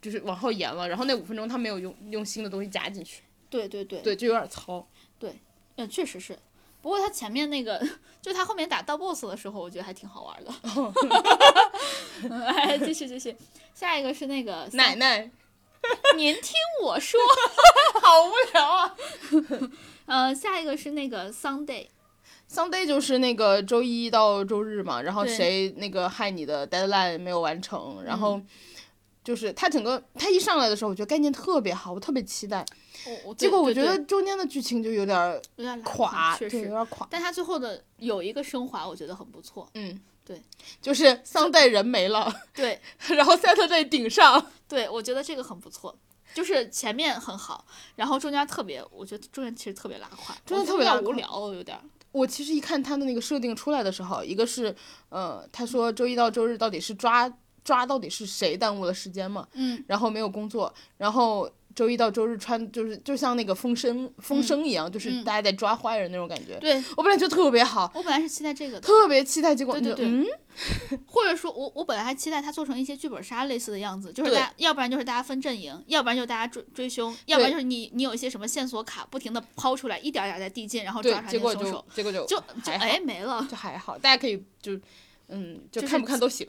[SPEAKER 3] 就是往后延了，然后那五分钟他没有用用新的东西加进去，
[SPEAKER 2] 对对对
[SPEAKER 3] 对，就有点糙。
[SPEAKER 2] 嗯，确实是。不过他前面那个，就他后面打到 BOSS 的时候，我觉得还挺好玩的。嗯 *laughs* 哎，继续继续，下一个是那个
[SPEAKER 3] 奶，奶，
[SPEAKER 2] 您听我说，
[SPEAKER 3] *laughs* 好无聊啊。
[SPEAKER 2] 呃，下一个是那个 Sunday，
[SPEAKER 3] Sunday 就是那个周一到周日嘛，然后
[SPEAKER 2] 对嗯
[SPEAKER 3] 谁那个害你的 deadline 没有完成，然后就是它整个它一上来的时候，我觉得概念特别好，我特别期待。
[SPEAKER 2] 我我对
[SPEAKER 3] 结果哦我
[SPEAKER 2] 对
[SPEAKER 3] 觉
[SPEAKER 2] 对
[SPEAKER 3] 得中间的剧情就有点儿
[SPEAKER 2] 有点拉
[SPEAKER 3] 垮，
[SPEAKER 2] 胯
[SPEAKER 3] 对，
[SPEAKER 2] 确
[SPEAKER 3] 有点
[SPEAKER 2] 实。
[SPEAKER 3] 儿垮。
[SPEAKER 2] 但他最后的有一个升华，我觉得很不错。
[SPEAKER 3] 嗯，
[SPEAKER 2] 对，
[SPEAKER 3] 就是桑代人没了， *laughs*
[SPEAKER 2] 对
[SPEAKER 3] 然后赛特这顶上，
[SPEAKER 2] 对，我觉得这个很不错。就是前面很好，然后中间特别，我觉得中间其实特别拉胯，
[SPEAKER 3] 中间
[SPEAKER 2] 我
[SPEAKER 3] 特别
[SPEAKER 2] 有点
[SPEAKER 3] 拉胯
[SPEAKER 2] 无聊，有点儿。
[SPEAKER 3] 我其实一看他的那个设定出来的时候，一个是，呃，他说周一到周日到底是抓抓到底是谁耽误了时间嘛，
[SPEAKER 2] 嗯，
[SPEAKER 3] 然后没有工作，然后周一到周日穿就是就像那个风声风声一样，就是
[SPEAKER 2] 嗯
[SPEAKER 3] 大家在抓坏人那种感觉。
[SPEAKER 2] 对
[SPEAKER 3] 我本来就特别好，
[SPEAKER 2] 我本来是期待这个的，
[SPEAKER 3] 特别期待，结果
[SPEAKER 2] 对对
[SPEAKER 3] 就
[SPEAKER 2] 对
[SPEAKER 3] 嗯，
[SPEAKER 2] 或者说我我本来还期待他做成一些剧本杀类似的样子，就是
[SPEAKER 3] 对
[SPEAKER 2] 大家要不然就是大家分阵营，要不然就是大家追追凶，要不然就是你你有一些什么线索卡不停的抛出来，一点儿点儿在递进，然后
[SPEAKER 3] 对
[SPEAKER 2] 抓出，来
[SPEAKER 3] 结
[SPEAKER 2] 那
[SPEAKER 3] 果
[SPEAKER 2] 个凶
[SPEAKER 3] 就
[SPEAKER 2] 手，
[SPEAKER 3] 结果就
[SPEAKER 2] 就就
[SPEAKER 3] 还好
[SPEAKER 2] 哎没
[SPEAKER 3] *laughs*
[SPEAKER 2] 了。
[SPEAKER 3] 就还好，大家可以就嗯，就
[SPEAKER 2] 就是
[SPEAKER 3] 看不看都行，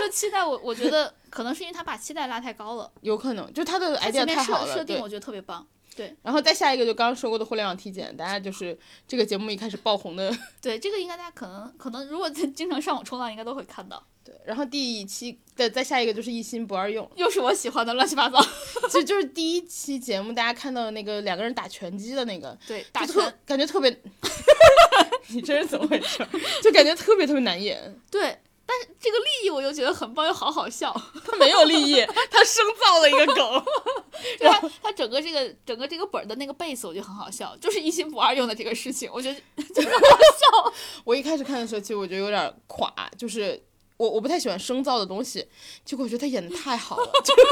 [SPEAKER 2] 就期待我，我觉得可能是因为他把期待拉太高了。
[SPEAKER 3] *laughs* 有可能就他的
[SPEAKER 2] 他
[SPEAKER 3] *laughs* idea
[SPEAKER 2] 前面
[SPEAKER 3] 太好
[SPEAKER 2] 设
[SPEAKER 3] 了，
[SPEAKER 2] 设定
[SPEAKER 3] 对。
[SPEAKER 2] 我觉得特别棒，
[SPEAKER 3] 然后再下一个就刚刚说过的互联网体检，大家就是这个节目一开始爆红的，
[SPEAKER 2] 对这个应该大家可能可能如果 *laughs* 经常上网冲浪，应该都会看到。
[SPEAKER 3] 对。然后第一期的再下一个就是一心不二用， *laughs*
[SPEAKER 2] 又是我喜欢的乱七八糟，
[SPEAKER 3] 其实就是第一期节目大家看到的那个两个人打拳击的那个，
[SPEAKER 2] 对打
[SPEAKER 3] 就特
[SPEAKER 2] 拳，
[SPEAKER 3] 感觉特别， *laughs* 你这是怎么回事儿？就感觉特别特别难演，
[SPEAKER 2] 对，但是这个利益我又觉得很棒，又好好笑。
[SPEAKER 3] *laughs* 他没有立意，他生造了一个梗，
[SPEAKER 2] 就他他整个这个整个这个本儿的那个 base 我觉得很好笑，就是一心不二用的这个事情，我觉得
[SPEAKER 3] 我一开始看的时候，其实我觉得有点垮，就是我我不太喜欢生造的东西，结果我觉得他演的太好了，就是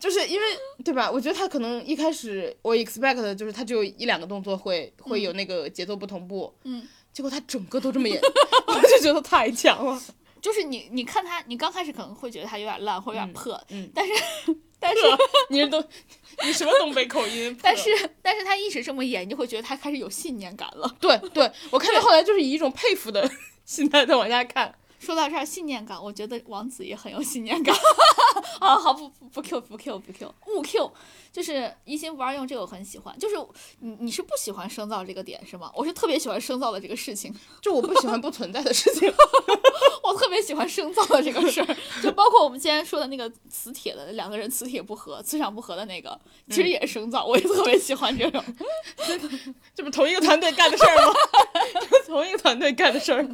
[SPEAKER 3] 就是因为对吧？我觉得他可能一开始我 expect 的就是他只有一两个动作会会有那个节奏不同步，
[SPEAKER 2] 嗯，
[SPEAKER 3] 结果他整个都
[SPEAKER 2] *laughs*
[SPEAKER 3] 这么演，我就觉得太强了，
[SPEAKER 2] 就是你你看他，你刚开始可能会觉得他有点烂或者有
[SPEAKER 3] 嗯
[SPEAKER 2] 点破，
[SPEAKER 3] 嗯
[SPEAKER 2] 但是 *laughs* 但是
[SPEAKER 3] 你是东你什么东北口
[SPEAKER 2] *laughs*
[SPEAKER 3] 音？
[SPEAKER 2] 但是但是他一直这么演，你就会觉得他开始有信念感了。
[SPEAKER 3] 对对，我看到后来就是以一种佩服的 *laughs* 心态在往下看，
[SPEAKER 2] 说到这儿，信念感，我觉得王子也很有信念感。 *laughs* 啊，好不不不 Q 不 Q 不 Q 勿 Q，就是一心不二用这个我很喜欢。就是你你是不喜欢生造这个点是吗？我是特别喜欢生造的这个事情，
[SPEAKER 3] 就我不喜欢不存在的事情。
[SPEAKER 2] 我特别喜欢生造的这个事儿，就包括我们今天说的那个磁铁的两个人磁铁不合、磁场不合的那个，其
[SPEAKER 3] 嗯
[SPEAKER 2] 实也是生造，我也特别喜欢这种。 *laughs*
[SPEAKER 3] 这不同一个团队干的事儿 *laughs* 吗？这不同一个团队干的事儿，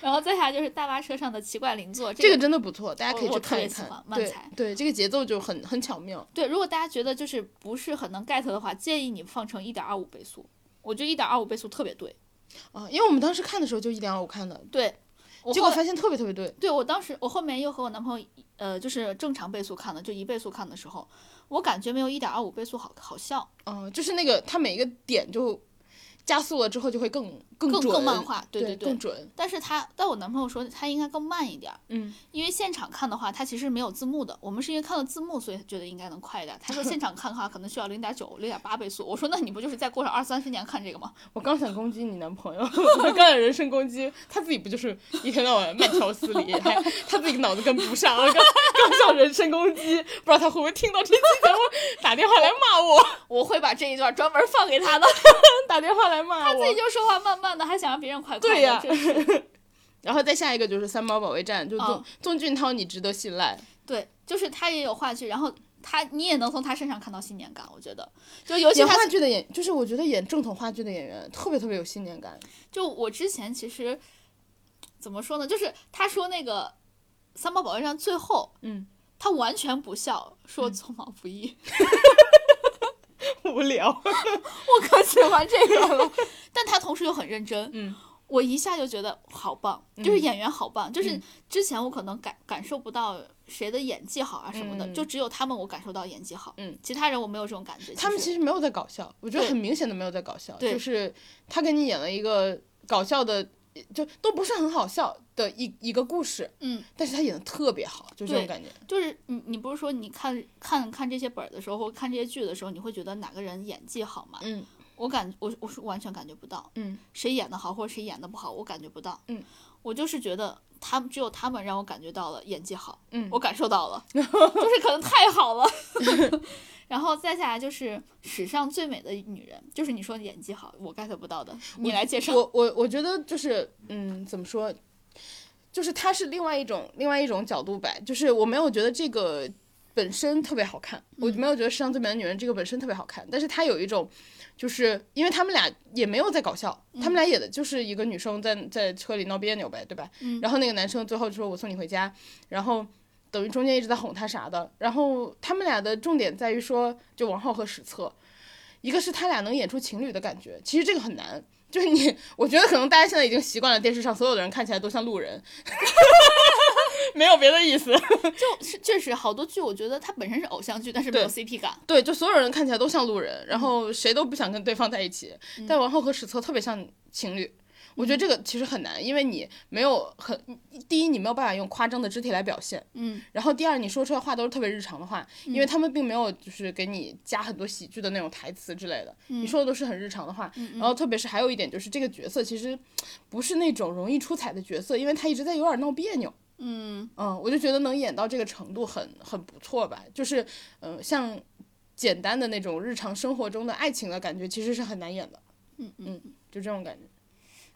[SPEAKER 2] 然后再下来就是大巴车上的奇怪邻座，
[SPEAKER 3] 这
[SPEAKER 2] 个
[SPEAKER 3] 个真的不错，大家可以
[SPEAKER 2] 我
[SPEAKER 3] 去
[SPEAKER 2] 我特
[SPEAKER 3] 看
[SPEAKER 2] 别
[SPEAKER 3] 一
[SPEAKER 2] 喜
[SPEAKER 3] 看
[SPEAKER 2] 欢。
[SPEAKER 3] 对
[SPEAKER 2] 慢才
[SPEAKER 3] 对，这个节奏就很很巧妙。
[SPEAKER 2] 对，如果大家觉得就是不是很能 get 的话，建议你放成一点二五倍速。我觉得一点二五倍速特别对。
[SPEAKER 3] 啊，因为我们当时看的时候就一点二五看的，
[SPEAKER 2] 对，我
[SPEAKER 3] 结
[SPEAKER 2] 后
[SPEAKER 3] 果
[SPEAKER 2] 来
[SPEAKER 3] 发现特别特别对。
[SPEAKER 2] 对我当时我后面又和我男朋友一呃就是正常倍速看的，就一倍速看的时候，我感觉没有一点二五倍速好好笑，
[SPEAKER 3] 嗯、就是那个它每一个点就加速了之后就会更更
[SPEAKER 2] 更
[SPEAKER 3] 准，
[SPEAKER 2] 更漫画。对
[SPEAKER 3] 对
[SPEAKER 2] 对。
[SPEAKER 3] 更准。
[SPEAKER 2] 但是他，但我男朋友说他应该更慢一点儿，
[SPEAKER 3] 嗯，
[SPEAKER 2] 因为现场看的话，他其实没有字幕的。我们是因为看了字幕，所以觉得应该能快一点儿。他说现场看的话，可能需要零点九、零点八倍速。我说那你不就是再过上二三十年看这个吗？
[SPEAKER 3] 我刚想攻击你男朋友， *laughs* 我刚想人身攻击，他自己不就是一天到晚慢条斯理，还他自己脑子跟不上，我刚刚想人身攻击，不知道他会不会听到这期节目，打电话来骂我，
[SPEAKER 2] 我会把这一段专门放给他的。
[SPEAKER 3] *laughs* 打电话来骂
[SPEAKER 2] 自己
[SPEAKER 3] 我。
[SPEAKER 2] 就说话慢慢的，还想让别人快快的。
[SPEAKER 3] 对呀
[SPEAKER 2] 真是
[SPEAKER 3] 然后再下一个就是三毛保卫战，就
[SPEAKER 2] 哦
[SPEAKER 3] 宗宗俊涛，你值得信赖。
[SPEAKER 2] 对，就是他也有话剧，然后他你也能从他身上看到信念感，我觉得，就尤其
[SPEAKER 3] 演
[SPEAKER 2] 他
[SPEAKER 3] 话剧的演，就是我觉得演正统话剧的演员特别特别有信念感。
[SPEAKER 2] 就我之前其实怎么说呢，就是他说那个三毛保卫战最后，
[SPEAKER 3] 嗯，
[SPEAKER 2] 他完全不笑，说匆忙不易， *laughs*
[SPEAKER 3] 无聊，
[SPEAKER 2] 我可喜欢这个了， *laughs* 但他同时又很认真，
[SPEAKER 3] 嗯。
[SPEAKER 2] 我一下就觉得好棒，就是演员好棒，
[SPEAKER 3] 嗯
[SPEAKER 2] 就是之前我可能感感受不到谁的演技好啊什么的，
[SPEAKER 3] 嗯
[SPEAKER 2] 就只有他们我感受到演技好，
[SPEAKER 3] 嗯，
[SPEAKER 2] 其他人我没有这种感觉。
[SPEAKER 3] 他们
[SPEAKER 2] 实
[SPEAKER 3] 其实没有在搞笑，我觉得
[SPEAKER 2] 对
[SPEAKER 3] 很明显的没有在搞笑，
[SPEAKER 2] 对
[SPEAKER 3] 就是他给你演了一个搞笑的，就都不是很好笑的一一个故事，
[SPEAKER 2] 嗯，
[SPEAKER 3] 但是他演的特别好，就这种
[SPEAKER 2] 对
[SPEAKER 3] 感觉。
[SPEAKER 2] 就是你，你不是说你看看看这些本儿的时候，或看这些剧的时候，你会觉得哪个人演技好吗？
[SPEAKER 3] 嗯
[SPEAKER 2] 我感我我是完全感觉不到
[SPEAKER 3] 嗯
[SPEAKER 2] 谁演的好或者谁演的不好，我感觉不到。
[SPEAKER 3] 嗯，
[SPEAKER 2] 我就是觉得他们只有他们让我感觉到了演技好，
[SPEAKER 3] 嗯
[SPEAKER 2] 我感受到
[SPEAKER 3] *laughs*
[SPEAKER 2] 了，就是可能太好了。 *laughs* 然后再下来就是史上最美的女人，就是你说演技好，我 get 不到的，你来介绍。
[SPEAKER 3] 我我我觉得就是嗯，怎么说？就是它是另外一种另外一种角度摆，就是我没有觉得这个本身特别好看，我没有觉得《世上最美的女人》这个本身特别好看，但是它有一种，就是因为他们俩也没有在搞笑，他们俩演的就是一个女生在在车里闹别扭呗，对吧？然后那个男生最后就说我送你回家，然后。等于中间一直在哄她啥的，然后他们俩的重点在于说，就王浩和史策，一个是他俩能演出情侣的感觉，其实这个很难，就是你，我觉得可能大家现在已经习惯了电视上所有的人看起来都像路人， *laughs* 没有别的意思。
[SPEAKER 2] 就是确实好多剧，我觉得它本身是偶像剧，但是没有 CP 感。
[SPEAKER 3] 对，就所有人看起来都像路人，然后谁都不想跟对方在一起。但王后和史策特别像情侣，我觉得这个其实很难，因为你没有很第一，你没有办法用夸张的肢体来表现，
[SPEAKER 2] 嗯。
[SPEAKER 3] 然后第二，你说出来话都是特别日常的话，因为他们并没有就是给你加很多喜剧的那种台词之类的，你说的都是很日常的话。然后特别是还有一点就是这个角色其实不是那种容易出彩的角色，因为他一直在有点闹别扭。
[SPEAKER 2] 嗯
[SPEAKER 3] 嗯，我就觉得能演到这个程度很很不错吧，就是嗯、呃像简单的那种日常生活中的爱情的感觉，其实是很难演的，
[SPEAKER 2] 嗯嗯，
[SPEAKER 3] 就这种感觉。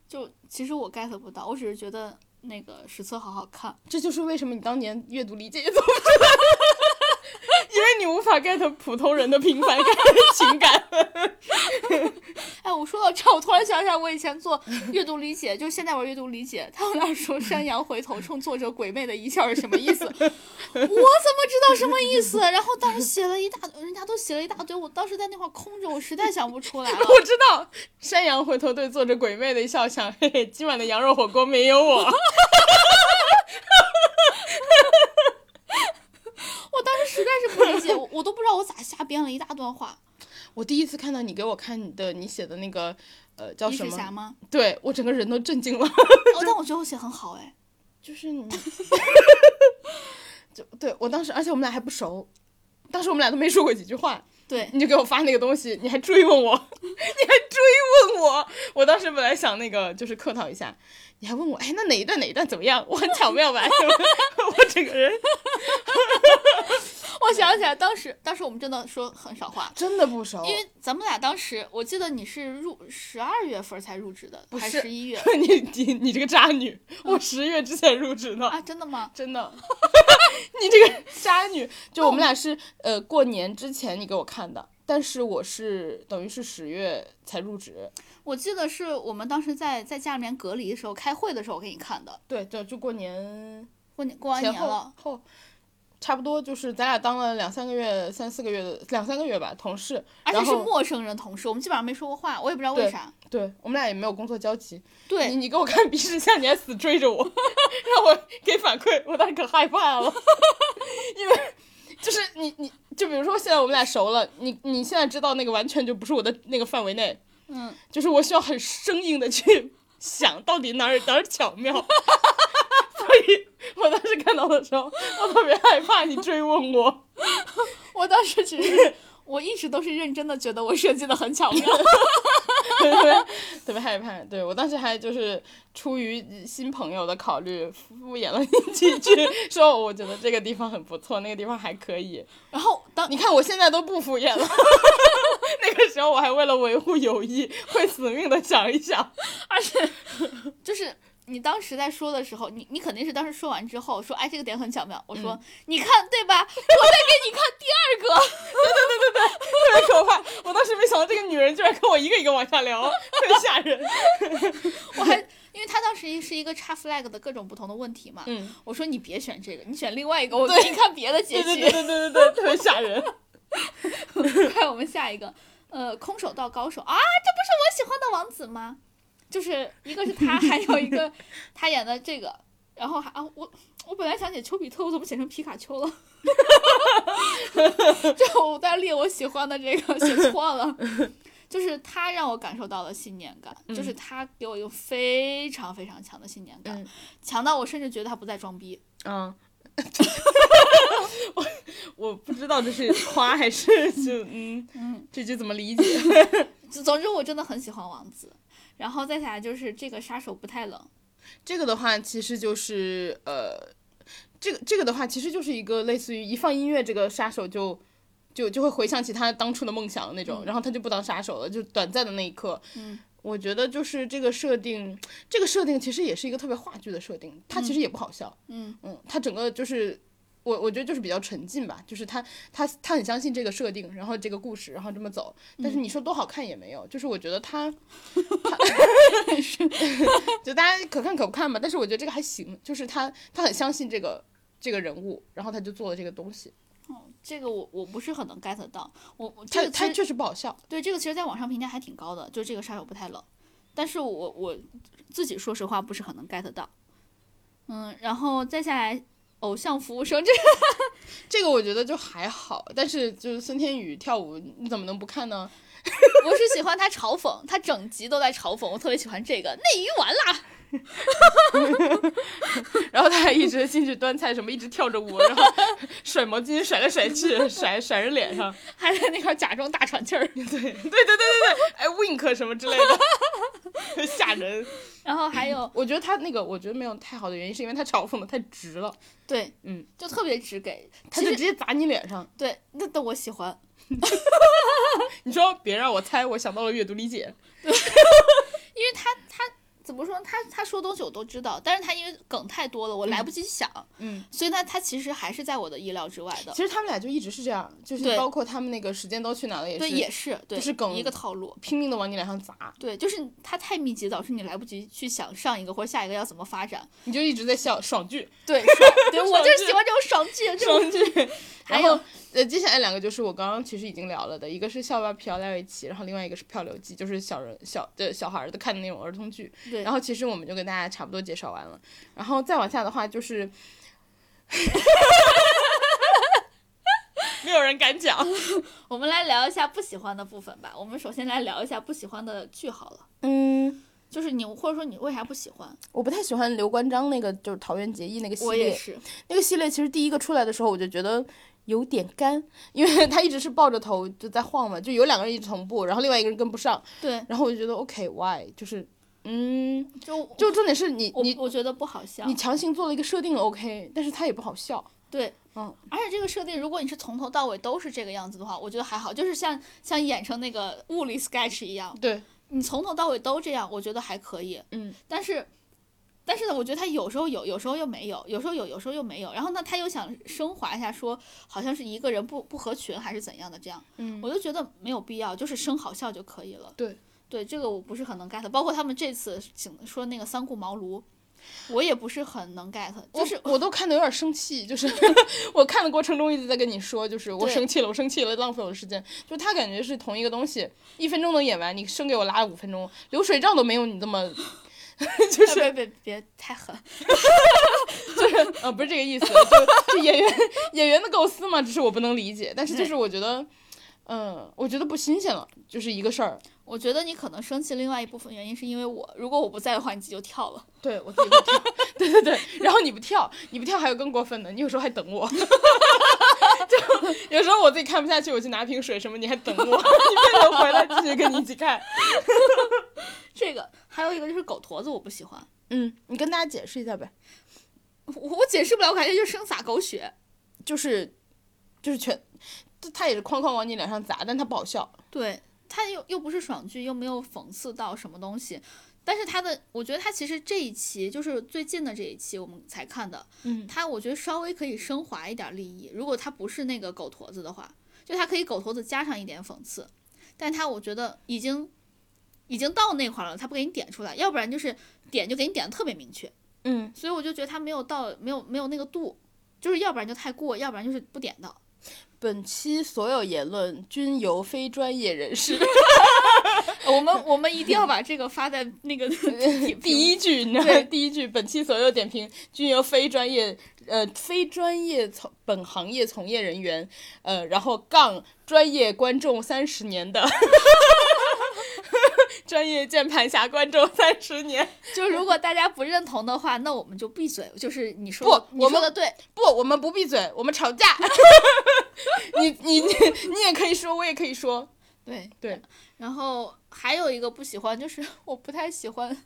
[SPEAKER 2] 就其实我 get 不到，我只是觉得那个史册好好看。
[SPEAKER 3] 这就是为什么你当年阅读理解也做不出来， *laughs* 因为你无法 get 普通人的平凡感
[SPEAKER 2] *laughs*
[SPEAKER 3] 情感。
[SPEAKER 2] 哎，我说到这儿，我突然想起来，我以前做阅读理解，就是现在玩阅读理解，他们那说“山羊回头冲作者鬼魅的一笑”是什么意思？我 *laughs* 怎么知道什么意思？然后当时写了一大，人家都写了一大堆，我当时在那块儿空着，我实在想不出来了。
[SPEAKER 3] 我知道，山羊回头对坐着鬼魅的一笑，想：嘿嘿，今晚的羊肉火锅没有我。 *laughs*
[SPEAKER 2] 我当时实在是不理解，我我都不知道我咋瞎编了一大段话。
[SPEAKER 3] 我第一次看到你给我看你的你写的那个呃叫
[SPEAKER 2] 你
[SPEAKER 3] 什
[SPEAKER 2] 是侠
[SPEAKER 3] 么？
[SPEAKER 2] 吗？
[SPEAKER 3] 对我整个人都震惊了。
[SPEAKER 2] 哦，但我觉得我写很好哎。
[SPEAKER 3] 就是你，就对我当时，而且我们俩还不熟，当时我们俩都没说过几句话，
[SPEAKER 2] 对，
[SPEAKER 3] 你就给我发那个东西，你还追问我，你还追问我，我当时本来想那个就是客套一下，你还问我，哎，那哪一段哪一段怎么样？我很巧妙吧？ *laughs* 我整个人
[SPEAKER 2] 我想起来，当时当时我们真的说很少话，
[SPEAKER 3] 真的不熟，
[SPEAKER 2] 因为咱们俩当时，我记得你是入十二月份才入职的，
[SPEAKER 3] 不
[SPEAKER 2] 还
[SPEAKER 3] 是
[SPEAKER 2] 十一月
[SPEAKER 3] 你你你这个渣女，我十月之前入职的。
[SPEAKER 2] 啊？真的吗？*laughs*
[SPEAKER 3] 真的，你这个渣女！就我
[SPEAKER 2] 哦
[SPEAKER 3] 们俩是呃过年之前你给我看的，但是我是等于是十月才入职，
[SPEAKER 2] 我记得是我们当时在在家里面隔离的时候，开会的时候我给你看的。
[SPEAKER 3] 对，就就过年
[SPEAKER 2] 过年过完
[SPEAKER 3] 前
[SPEAKER 2] 年
[SPEAKER 3] 后
[SPEAKER 2] 了，
[SPEAKER 3] 后，差不多就是咱俩当了两三个月、三四个月的两三个月吧，同事，
[SPEAKER 2] 而且
[SPEAKER 3] 然
[SPEAKER 2] 是
[SPEAKER 3] 后
[SPEAKER 2] 陌生人同事，我们基本上没说过话，我也不知道为
[SPEAKER 3] 对
[SPEAKER 2] 啥。
[SPEAKER 3] 对我们俩也没有工作交集。你
[SPEAKER 2] 对，
[SPEAKER 3] 你给我看鼻屎下，你还死追着我， *laughs* 让我给反馈，我当时可害怕了， *laughs* 因为就是你你就比如说现在我们俩熟了，你你现在知道那个完全就不是我的那个范围内，
[SPEAKER 2] 嗯，
[SPEAKER 3] 就是我需要很生硬的去想到底哪儿哪儿巧
[SPEAKER 2] *laughs*
[SPEAKER 3] 妙，所以我当时看到的时候，我特别害怕你追问我，
[SPEAKER 2] 我当时只 *laughs* 是我一直都是认真的，觉得我设计的很巧妙。
[SPEAKER 3] 特别 *laughs* 特别害怕。对我当时还就是出于新朋友的考虑，敷衍了你几句， *laughs* 说我觉得这个地方很不错，那个地方还可以。
[SPEAKER 2] *laughs* 然后当
[SPEAKER 3] 你看我现在都不敷衍了。 *laughs* 那个时候我还为了维护友谊，会死命的想一想。 *laughs*
[SPEAKER 2] *laughs* 就是你当时在说的时候，你你肯定是当时说完之后说，哎，这个点很巧妙。我说，你看对吧？我再给你看第二 *laughs* 个。
[SPEAKER 3] 特别可怕。我当时没想到这个女人居然跟我一个一个往下聊，特别吓人。
[SPEAKER 2] 我还因为他当时是一个插 flag 的各种不同的问题嘛，
[SPEAKER 3] 嗯，
[SPEAKER 2] 我说你别选这个，你选另 *laughs* 外一个，我给你看别的结
[SPEAKER 3] 对
[SPEAKER 2] 局。
[SPEAKER 3] 对对对对对，特别吓人。
[SPEAKER 2] *laughs* 看我们下一个，呃，空手道高手啊，这不是我喜欢的王子吗？就是一个是他，还有一个他演的这个，然后还啊，我我本来想写丘比特，我怎么写成皮卡丘了？ *laughs* 这我在列我喜欢的这个写错了，就是他让我感受到了信念感，就是他给我一个非常非常强的信念感，
[SPEAKER 3] 嗯
[SPEAKER 2] 强到我甚至觉得他不在装逼。
[SPEAKER 3] 嗯， *laughs* 我我不知道这是夸还是就嗯
[SPEAKER 2] 嗯，
[SPEAKER 3] 这句怎么理解？
[SPEAKER 2] 总总之我真的很喜欢王子，然后再下来就是这个杀手不太冷，
[SPEAKER 3] 这个的话，其实就是呃，这个这个的话，其实就是一个类似于一放音乐，这个杀手就。就就会回想起他当初的梦想那种，然后他就不当杀手了，就短暂的那一刻，
[SPEAKER 2] 嗯，
[SPEAKER 3] 我觉得就是这个设定，这个设定其实也是一个特别话剧的设定，它其实也不好笑。
[SPEAKER 2] 嗯
[SPEAKER 3] 嗯，它整个就是我我觉得就是比较沉浸吧，就是他他他很相信这个设定，然后这个故事，然后这么走。
[SPEAKER 2] 嗯
[SPEAKER 3] 但是你说多好看也没有，就是我觉得他，他就大家可看可不看吧。但是我觉得这个还行，就是他他很相信这个这个人物，然后他就做了这个东西。
[SPEAKER 2] 这个我我不是很能 get 到，我我这
[SPEAKER 3] 他
[SPEAKER 2] 个
[SPEAKER 3] 他
[SPEAKER 2] 其实
[SPEAKER 3] 确实不好笑，
[SPEAKER 2] 对这个其实在网上评价还挺高的，就这个杀手不太冷，但是我我自己说实话不是很能 get 到，嗯，然后再下来偶像服务生这
[SPEAKER 3] 这个我觉得就还好。但是就是孙天宇跳舞，你怎么能不看呢？
[SPEAKER 2] *laughs* 我是喜欢他嘲讽，他整集都在嘲讽，我特别喜欢这个内娱完啦，
[SPEAKER 3] 然后他还一直进去端菜什么，一直跳着舞，然后甩毛巾甩来甩去，甩甩人脸 *laughs* 上。
[SPEAKER 2] 还在那块儿假装大喘气儿，
[SPEAKER 3] 哎，wink 什么之类的，吓人。
[SPEAKER 2] 然后还
[SPEAKER 3] *clears throat*
[SPEAKER 2] 有
[SPEAKER 3] *laughs* 我觉得他那个，我觉得没有太好的原因，是因为他嘲讽的太直了，
[SPEAKER 2] 对，
[SPEAKER 3] 嗯，
[SPEAKER 2] 就特别直给，
[SPEAKER 3] 他
[SPEAKER 2] 其
[SPEAKER 3] 就
[SPEAKER 2] 实
[SPEAKER 3] 直接砸你脸上。
[SPEAKER 2] 对，那那我喜欢，
[SPEAKER 3] 你说别让我猜，我想到了阅读理解。
[SPEAKER 2] 因为他他怎么说呢，他他说东西我都知道，但是他因为梗太多了，我来不及想，
[SPEAKER 3] 嗯，
[SPEAKER 2] 所以呢，他其实还是在我的意料之外的。
[SPEAKER 3] 其实他们俩就一直是这样，就是
[SPEAKER 2] 对
[SPEAKER 3] 包括他们那个时间都去哪了也是，
[SPEAKER 2] 对，也是，对，
[SPEAKER 3] 就是梗
[SPEAKER 2] 一个套路。
[SPEAKER 3] 拼命的往你脸上砸，
[SPEAKER 2] 对，就是它太密集，导致你来不及去想上一个或者下一个要怎么发
[SPEAKER 3] *laughs*
[SPEAKER 2] 展。
[SPEAKER 3] 你就一直在笑爽剧。
[SPEAKER 2] 对，爽对我就
[SPEAKER 3] 剧
[SPEAKER 2] 是喜欢这种 *laughs* 爽剧，这种剧。还
[SPEAKER 3] 然
[SPEAKER 2] 有
[SPEAKER 3] 后，呃，接下来两个就是我刚刚其实已经聊了的，一个是《校巴飘在一起》，然后另外一个是《漂流记》，就是小人小的小孩儿的看的那种儿童剧。
[SPEAKER 2] 对
[SPEAKER 3] 然后其实我们就跟大家差不多介绍完了，然后再往下的话就是， *laughs* 没有人敢讲。
[SPEAKER 2] 我们来聊一下不喜欢的部分吧。我们首先来聊一下不喜欢的剧好了，
[SPEAKER 3] 嗯，
[SPEAKER 2] 就是你或者说你为啥不喜欢？
[SPEAKER 3] 我不太喜欢刘关张那个，就是桃园结义那个系
[SPEAKER 2] 我也
[SPEAKER 3] 列。
[SPEAKER 2] 是，
[SPEAKER 3] 那个系列其实第一个出来的时候，我就觉得。有点干，因为 *laughs* 他一直是抱着头就在晃嘛，就有两个人一直同步，然后另外一个人跟不上，
[SPEAKER 2] 对，
[SPEAKER 3] 然后我就觉得 OK why 就是，嗯，
[SPEAKER 2] 就
[SPEAKER 3] 就重点是你
[SPEAKER 2] 我
[SPEAKER 3] 你
[SPEAKER 2] 我觉得不好笑
[SPEAKER 3] 你。强行做了一个设定 OK，但是它也不好笑。
[SPEAKER 2] 对，
[SPEAKER 3] 嗯，
[SPEAKER 2] 而且这个设定，如果你是从头到尾都是这个样子的话，我觉得还好，就是像像演成那个物理 sketch 一样，
[SPEAKER 3] 对，
[SPEAKER 2] 你从头到尾都这样，我觉得还可以。
[SPEAKER 3] 嗯，
[SPEAKER 2] 但是，但是呢，我觉得他有时候有，有时候又没有，有时候有，有时候又没有。然后呢，他又想升华一下说，好像是一个人不不合群还是怎样的这样，
[SPEAKER 3] 嗯
[SPEAKER 2] 我就觉得没有必要，就是生好笑就可以了。
[SPEAKER 3] 对，
[SPEAKER 2] 对，这个我不是很能 get，包括他们这次请说那个三顾茅庐。我也不是很能 get，就
[SPEAKER 3] 就是是我都看得有点生气， *laughs* 就是我看的过程中一直在跟你说，就是我
[SPEAKER 2] 对
[SPEAKER 3] 生气了，我生气了，浪费我的时间。就他感觉是同一个东西，一分钟能演完，你生给我拉五分钟，流水账都没有你这么， *laughs* 就
[SPEAKER 2] 别
[SPEAKER 3] 是
[SPEAKER 2] 哎别别别太狠，
[SPEAKER 3] 呃不是这个意思，就就演员演员的构思嘛，只是我不能理解，但是就是我觉得。嗯，我觉得不新鲜了，就是一个事儿。
[SPEAKER 2] 我觉得你可能生气，另外一部分原因是因为我，如果我不在的话，你自己就跳了。
[SPEAKER 3] 对我自己会 *laughs* 跳，对对对，然后你不跳，你不跳还有更过分的，你有时候还等我， *laughs* 就有时候我自己看不下去，我去拿瓶水什么，你还等我，你 *laughs* 非得回来继续跟你一起看。
[SPEAKER 2] 这个还有一个就是狗驼子，我不喜欢，
[SPEAKER 3] 嗯，你跟大家解释一下呗，
[SPEAKER 2] 我我解释不了，我感觉就是生撒狗血。
[SPEAKER 3] 就是就是全，他也是哐哐往你脸上砸，但他不好笑。
[SPEAKER 2] 对，它又又不是爽剧，又没有讽刺到什么东西。但是它的，我觉得它其实这一期就是最近的这一期我们才看的，
[SPEAKER 3] 嗯
[SPEAKER 2] 它我觉得稍微可以升华一点立意。如果它不是那个狗驼子的话，就它可以狗驼子加上一点讽刺，但它我觉得已经已经到那块儿了，它不给你点出来，要不然就是点就给你点的特别明确。
[SPEAKER 3] 嗯，
[SPEAKER 2] 所以我就觉得他没有到没有没有那个度，就是要不然就太过，要不然就是不点到。
[SPEAKER 3] 本期所有言论均由非专业人士
[SPEAKER 2] 我们我们一定要把这个发在那个 *laughs*
[SPEAKER 3] 第一句，你知道吗？第一句，本期所有点评均由非专业呃非专业从本行业从业人员呃，然后杠专业观众三十年的，专业键盘侠观众三十年。 *laughs*
[SPEAKER 2] 就如果大家不认同的话，那我们就闭嘴。就是你说的
[SPEAKER 3] 不
[SPEAKER 2] 你
[SPEAKER 3] 我
[SPEAKER 2] 说
[SPEAKER 3] 们
[SPEAKER 2] 的对，
[SPEAKER 3] 不，我们不闭嘴，我们吵架。 *laughs* 你你你你也可以说，我也可以说。
[SPEAKER 2] 对
[SPEAKER 3] 对。
[SPEAKER 2] 然后还有一个不喜欢，就是 *laughs* 我不太喜欢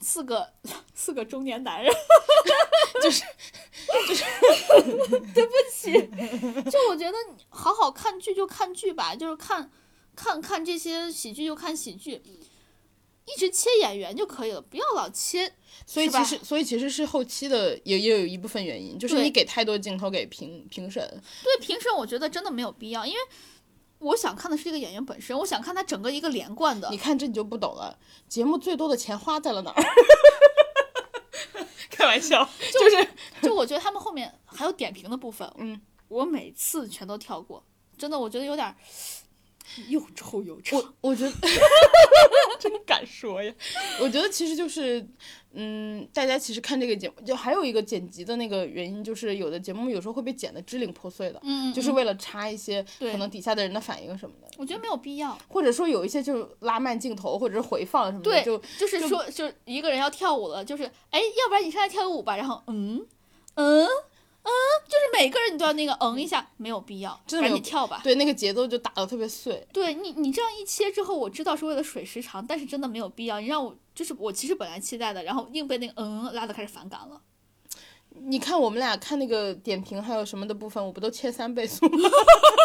[SPEAKER 2] 四个四个中年
[SPEAKER 3] *laughs*
[SPEAKER 2] 男人，就是就是 *laughs* 对不起，就我觉得你好好看剧就看剧吧，就是看看看这些喜剧就看喜剧。一直切演员就可以了，不要老切。
[SPEAKER 3] 所以
[SPEAKER 2] 是吧
[SPEAKER 3] 其实，所以其实是后期的也也有一部分原因，就是
[SPEAKER 2] 对
[SPEAKER 3] 你给太多镜头给评评审，
[SPEAKER 2] 对评审，我觉得真的没有必要，因为我想看的是这个演员本身，我想看他整个一个连贯的
[SPEAKER 3] 你。看这你就不懂了。节目最多的钱花在了
[SPEAKER 2] *laughs*
[SPEAKER 3] 哪儿？开玩笑，就是
[SPEAKER 2] 就我觉得他们后面还有点评的部分，
[SPEAKER 3] *laughs* 嗯，
[SPEAKER 2] 我每次全都跳过，真的，我觉得有
[SPEAKER 3] *sniffs*
[SPEAKER 2] 点儿又臭又长，
[SPEAKER 3] 我我觉
[SPEAKER 2] *laughs*
[SPEAKER 3] 得
[SPEAKER 2] 不敢说呀。
[SPEAKER 3] 我觉得其实就是，嗯，大家其实看这个节目，就还有一个剪辑的那个原因，就是有的节目有时候会被剪得支离破碎的，
[SPEAKER 2] 嗯，
[SPEAKER 3] 就是
[SPEAKER 2] 嗯
[SPEAKER 3] 为了插一些
[SPEAKER 2] 对
[SPEAKER 3] 可能底下的人的反应什么的，
[SPEAKER 2] 我觉得没有必要。
[SPEAKER 3] 或者说有一些就是拉慢镜头或者是回放什么的，
[SPEAKER 2] 对
[SPEAKER 3] 就
[SPEAKER 2] 就是说，就是一个人要跳舞了，就是哎，要不然你上来跳个舞吧，然后嗯嗯嗯，就是每个人你都要那个嗯一下，没有必要，
[SPEAKER 3] 真的没
[SPEAKER 2] 赶
[SPEAKER 3] 有
[SPEAKER 2] 紧跳吧。
[SPEAKER 3] 对那个节奏就打得特别碎。
[SPEAKER 2] 对你，你这样一切之后，我知道是为了水时长，但是真的没有必要。你让我就是我其实本来期待的，然后硬被那个嗯拉的开始反感了。
[SPEAKER 3] 你看我们俩看那个点评还有什么的部分，我不都切三倍速吗？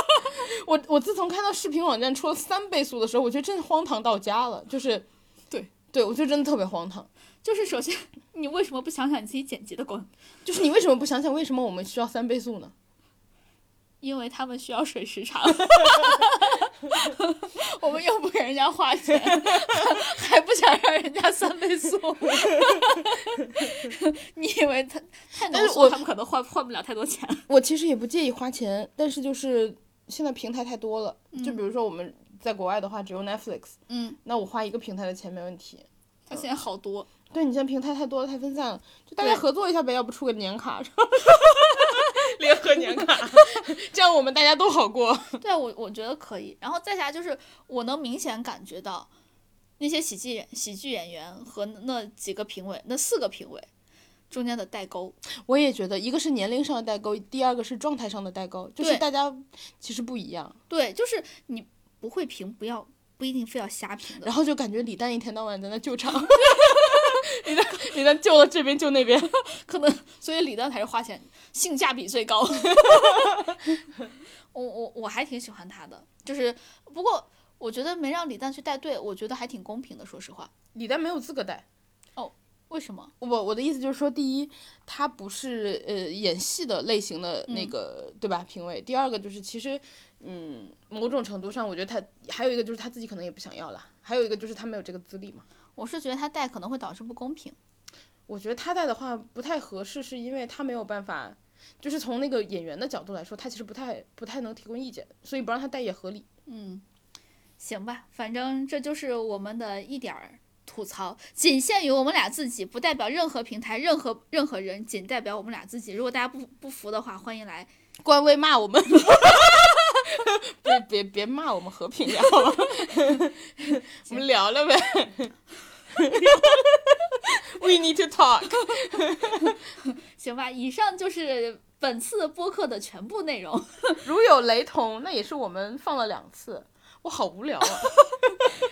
[SPEAKER 3] *laughs* 我我自从看到视频网站出了三倍速的时候，我觉得真是荒唐到家了，就是
[SPEAKER 2] 对
[SPEAKER 3] 对，我觉得真的特别荒唐。
[SPEAKER 2] 就是首先， *laughs* 你为什么不想想你自己剪辑的功能？
[SPEAKER 3] 就是你为什么不想想为什么我们需要三倍速呢？ *laughs*
[SPEAKER 2] 因为他们需要水时长， *laughs* 我们又不给人家花钱， *laughs* 还不想让人家三倍速。 *laughs* 你以为他太
[SPEAKER 3] 但
[SPEAKER 2] 浓
[SPEAKER 3] 是
[SPEAKER 2] 缩，
[SPEAKER 3] 我
[SPEAKER 2] 他们可能换换不了太多钱。
[SPEAKER 3] 我其实也不介意花钱，但是就是现在平台太多了，就比如说我们在国外的话只有 Netflix，
[SPEAKER 2] 嗯，
[SPEAKER 3] 那我花一个平台的钱没问题。
[SPEAKER 2] 他现在好多，
[SPEAKER 3] 对你现在平台太多了，太分散了，就大家
[SPEAKER 2] 对
[SPEAKER 3] 合作一下呗，要不出个年卡， *laughs* 联合年卡， *laughs* 这样我们大家都好过。
[SPEAKER 2] 对我我觉得可以。然后再下来就是，我能明显感觉到那些喜剧演喜剧演员和那几个评委，那四个评委中间的代沟。
[SPEAKER 3] 我也觉得，一个是年龄上的代沟，第二个是状态上的代沟，就是
[SPEAKER 2] 对
[SPEAKER 3] 大家其实不一样，
[SPEAKER 2] 对，就是你不会评，不要不一定非要瞎评的
[SPEAKER 3] 然。后就感觉李诞一天到晚在那救场，李诞李诞救了这边救那边，
[SPEAKER 2] *laughs* 可能所以李诞才是花钱性价比最高。 *laughs* 我我我还挺喜欢他的，就是不过我觉得没让李诞去带队，我觉得还挺公平的。说实话，
[SPEAKER 3] *laughs* 李诞没有资格带。
[SPEAKER 2] 为什么？
[SPEAKER 3] 我我的意思就是说，第一，他不是呃演戏的类型的那个、对吧评委；第二个就是其实，嗯，某种程度上，我觉得他还有一个就是他自己可能也不想要啦，还有一个就是他没有这个资历嘛。
[SPEAKER 2] 我是觉得他带可能会导致不公平。
[SPEAKER 3] 我觉得他带的话不太合适，是因为他没有办法，就是从那个演员的角度来说，他其实不太不太能提供意见，所以不让他带也合理。
[SPEAKER 2] 嗯，行吧，反正这就是我们的一点儿吐槽，仅限于我们俩自己，不代表任何平台、任何任何人，仅代表我们俩自己。如果大家不不服的话，欢迎来
[SPEAKER 3] 官微骂我们， *laughs* 别别别骂我们和平聊吧，我们聊 *laughs* 聊呗。We need to talk。
[SPEAKER 2] 行吧。以上就是本次播客的全部内容。*laughs*
[SPEAKER 3] *laughs* 如有雷同，那也是我们放了两次。我好无聊啊！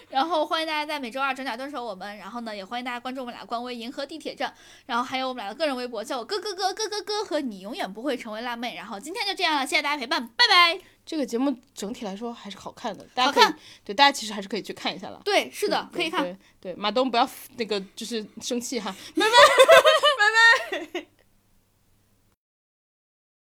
[SPEAKER 2] 然后欢迎大家在每周二准点蹲守我们，然后呢，也欢迎大家关注我们俩官微“银河地铁站”，然后还有我们俩的个人微博，叫我哥哥哥哥哥哥和你永远不会成为辣妹。然后今天就这样了，谢谢大家陪伴，拜拜。
[SPEAKER 3] 这个节目整体来说还是好看的，大家
[SPEAKER 2] 好
[SPEAKER 3] 可以
[SPEAKER 2] 看
[SPEAKER 3] 对大家其实还是可以去看一下了。
[SPEAKER 2] 对，是的，可以看。
[SPEAKER 3] 对。对，马东不要那个就是生气哈，拜拜拜拜。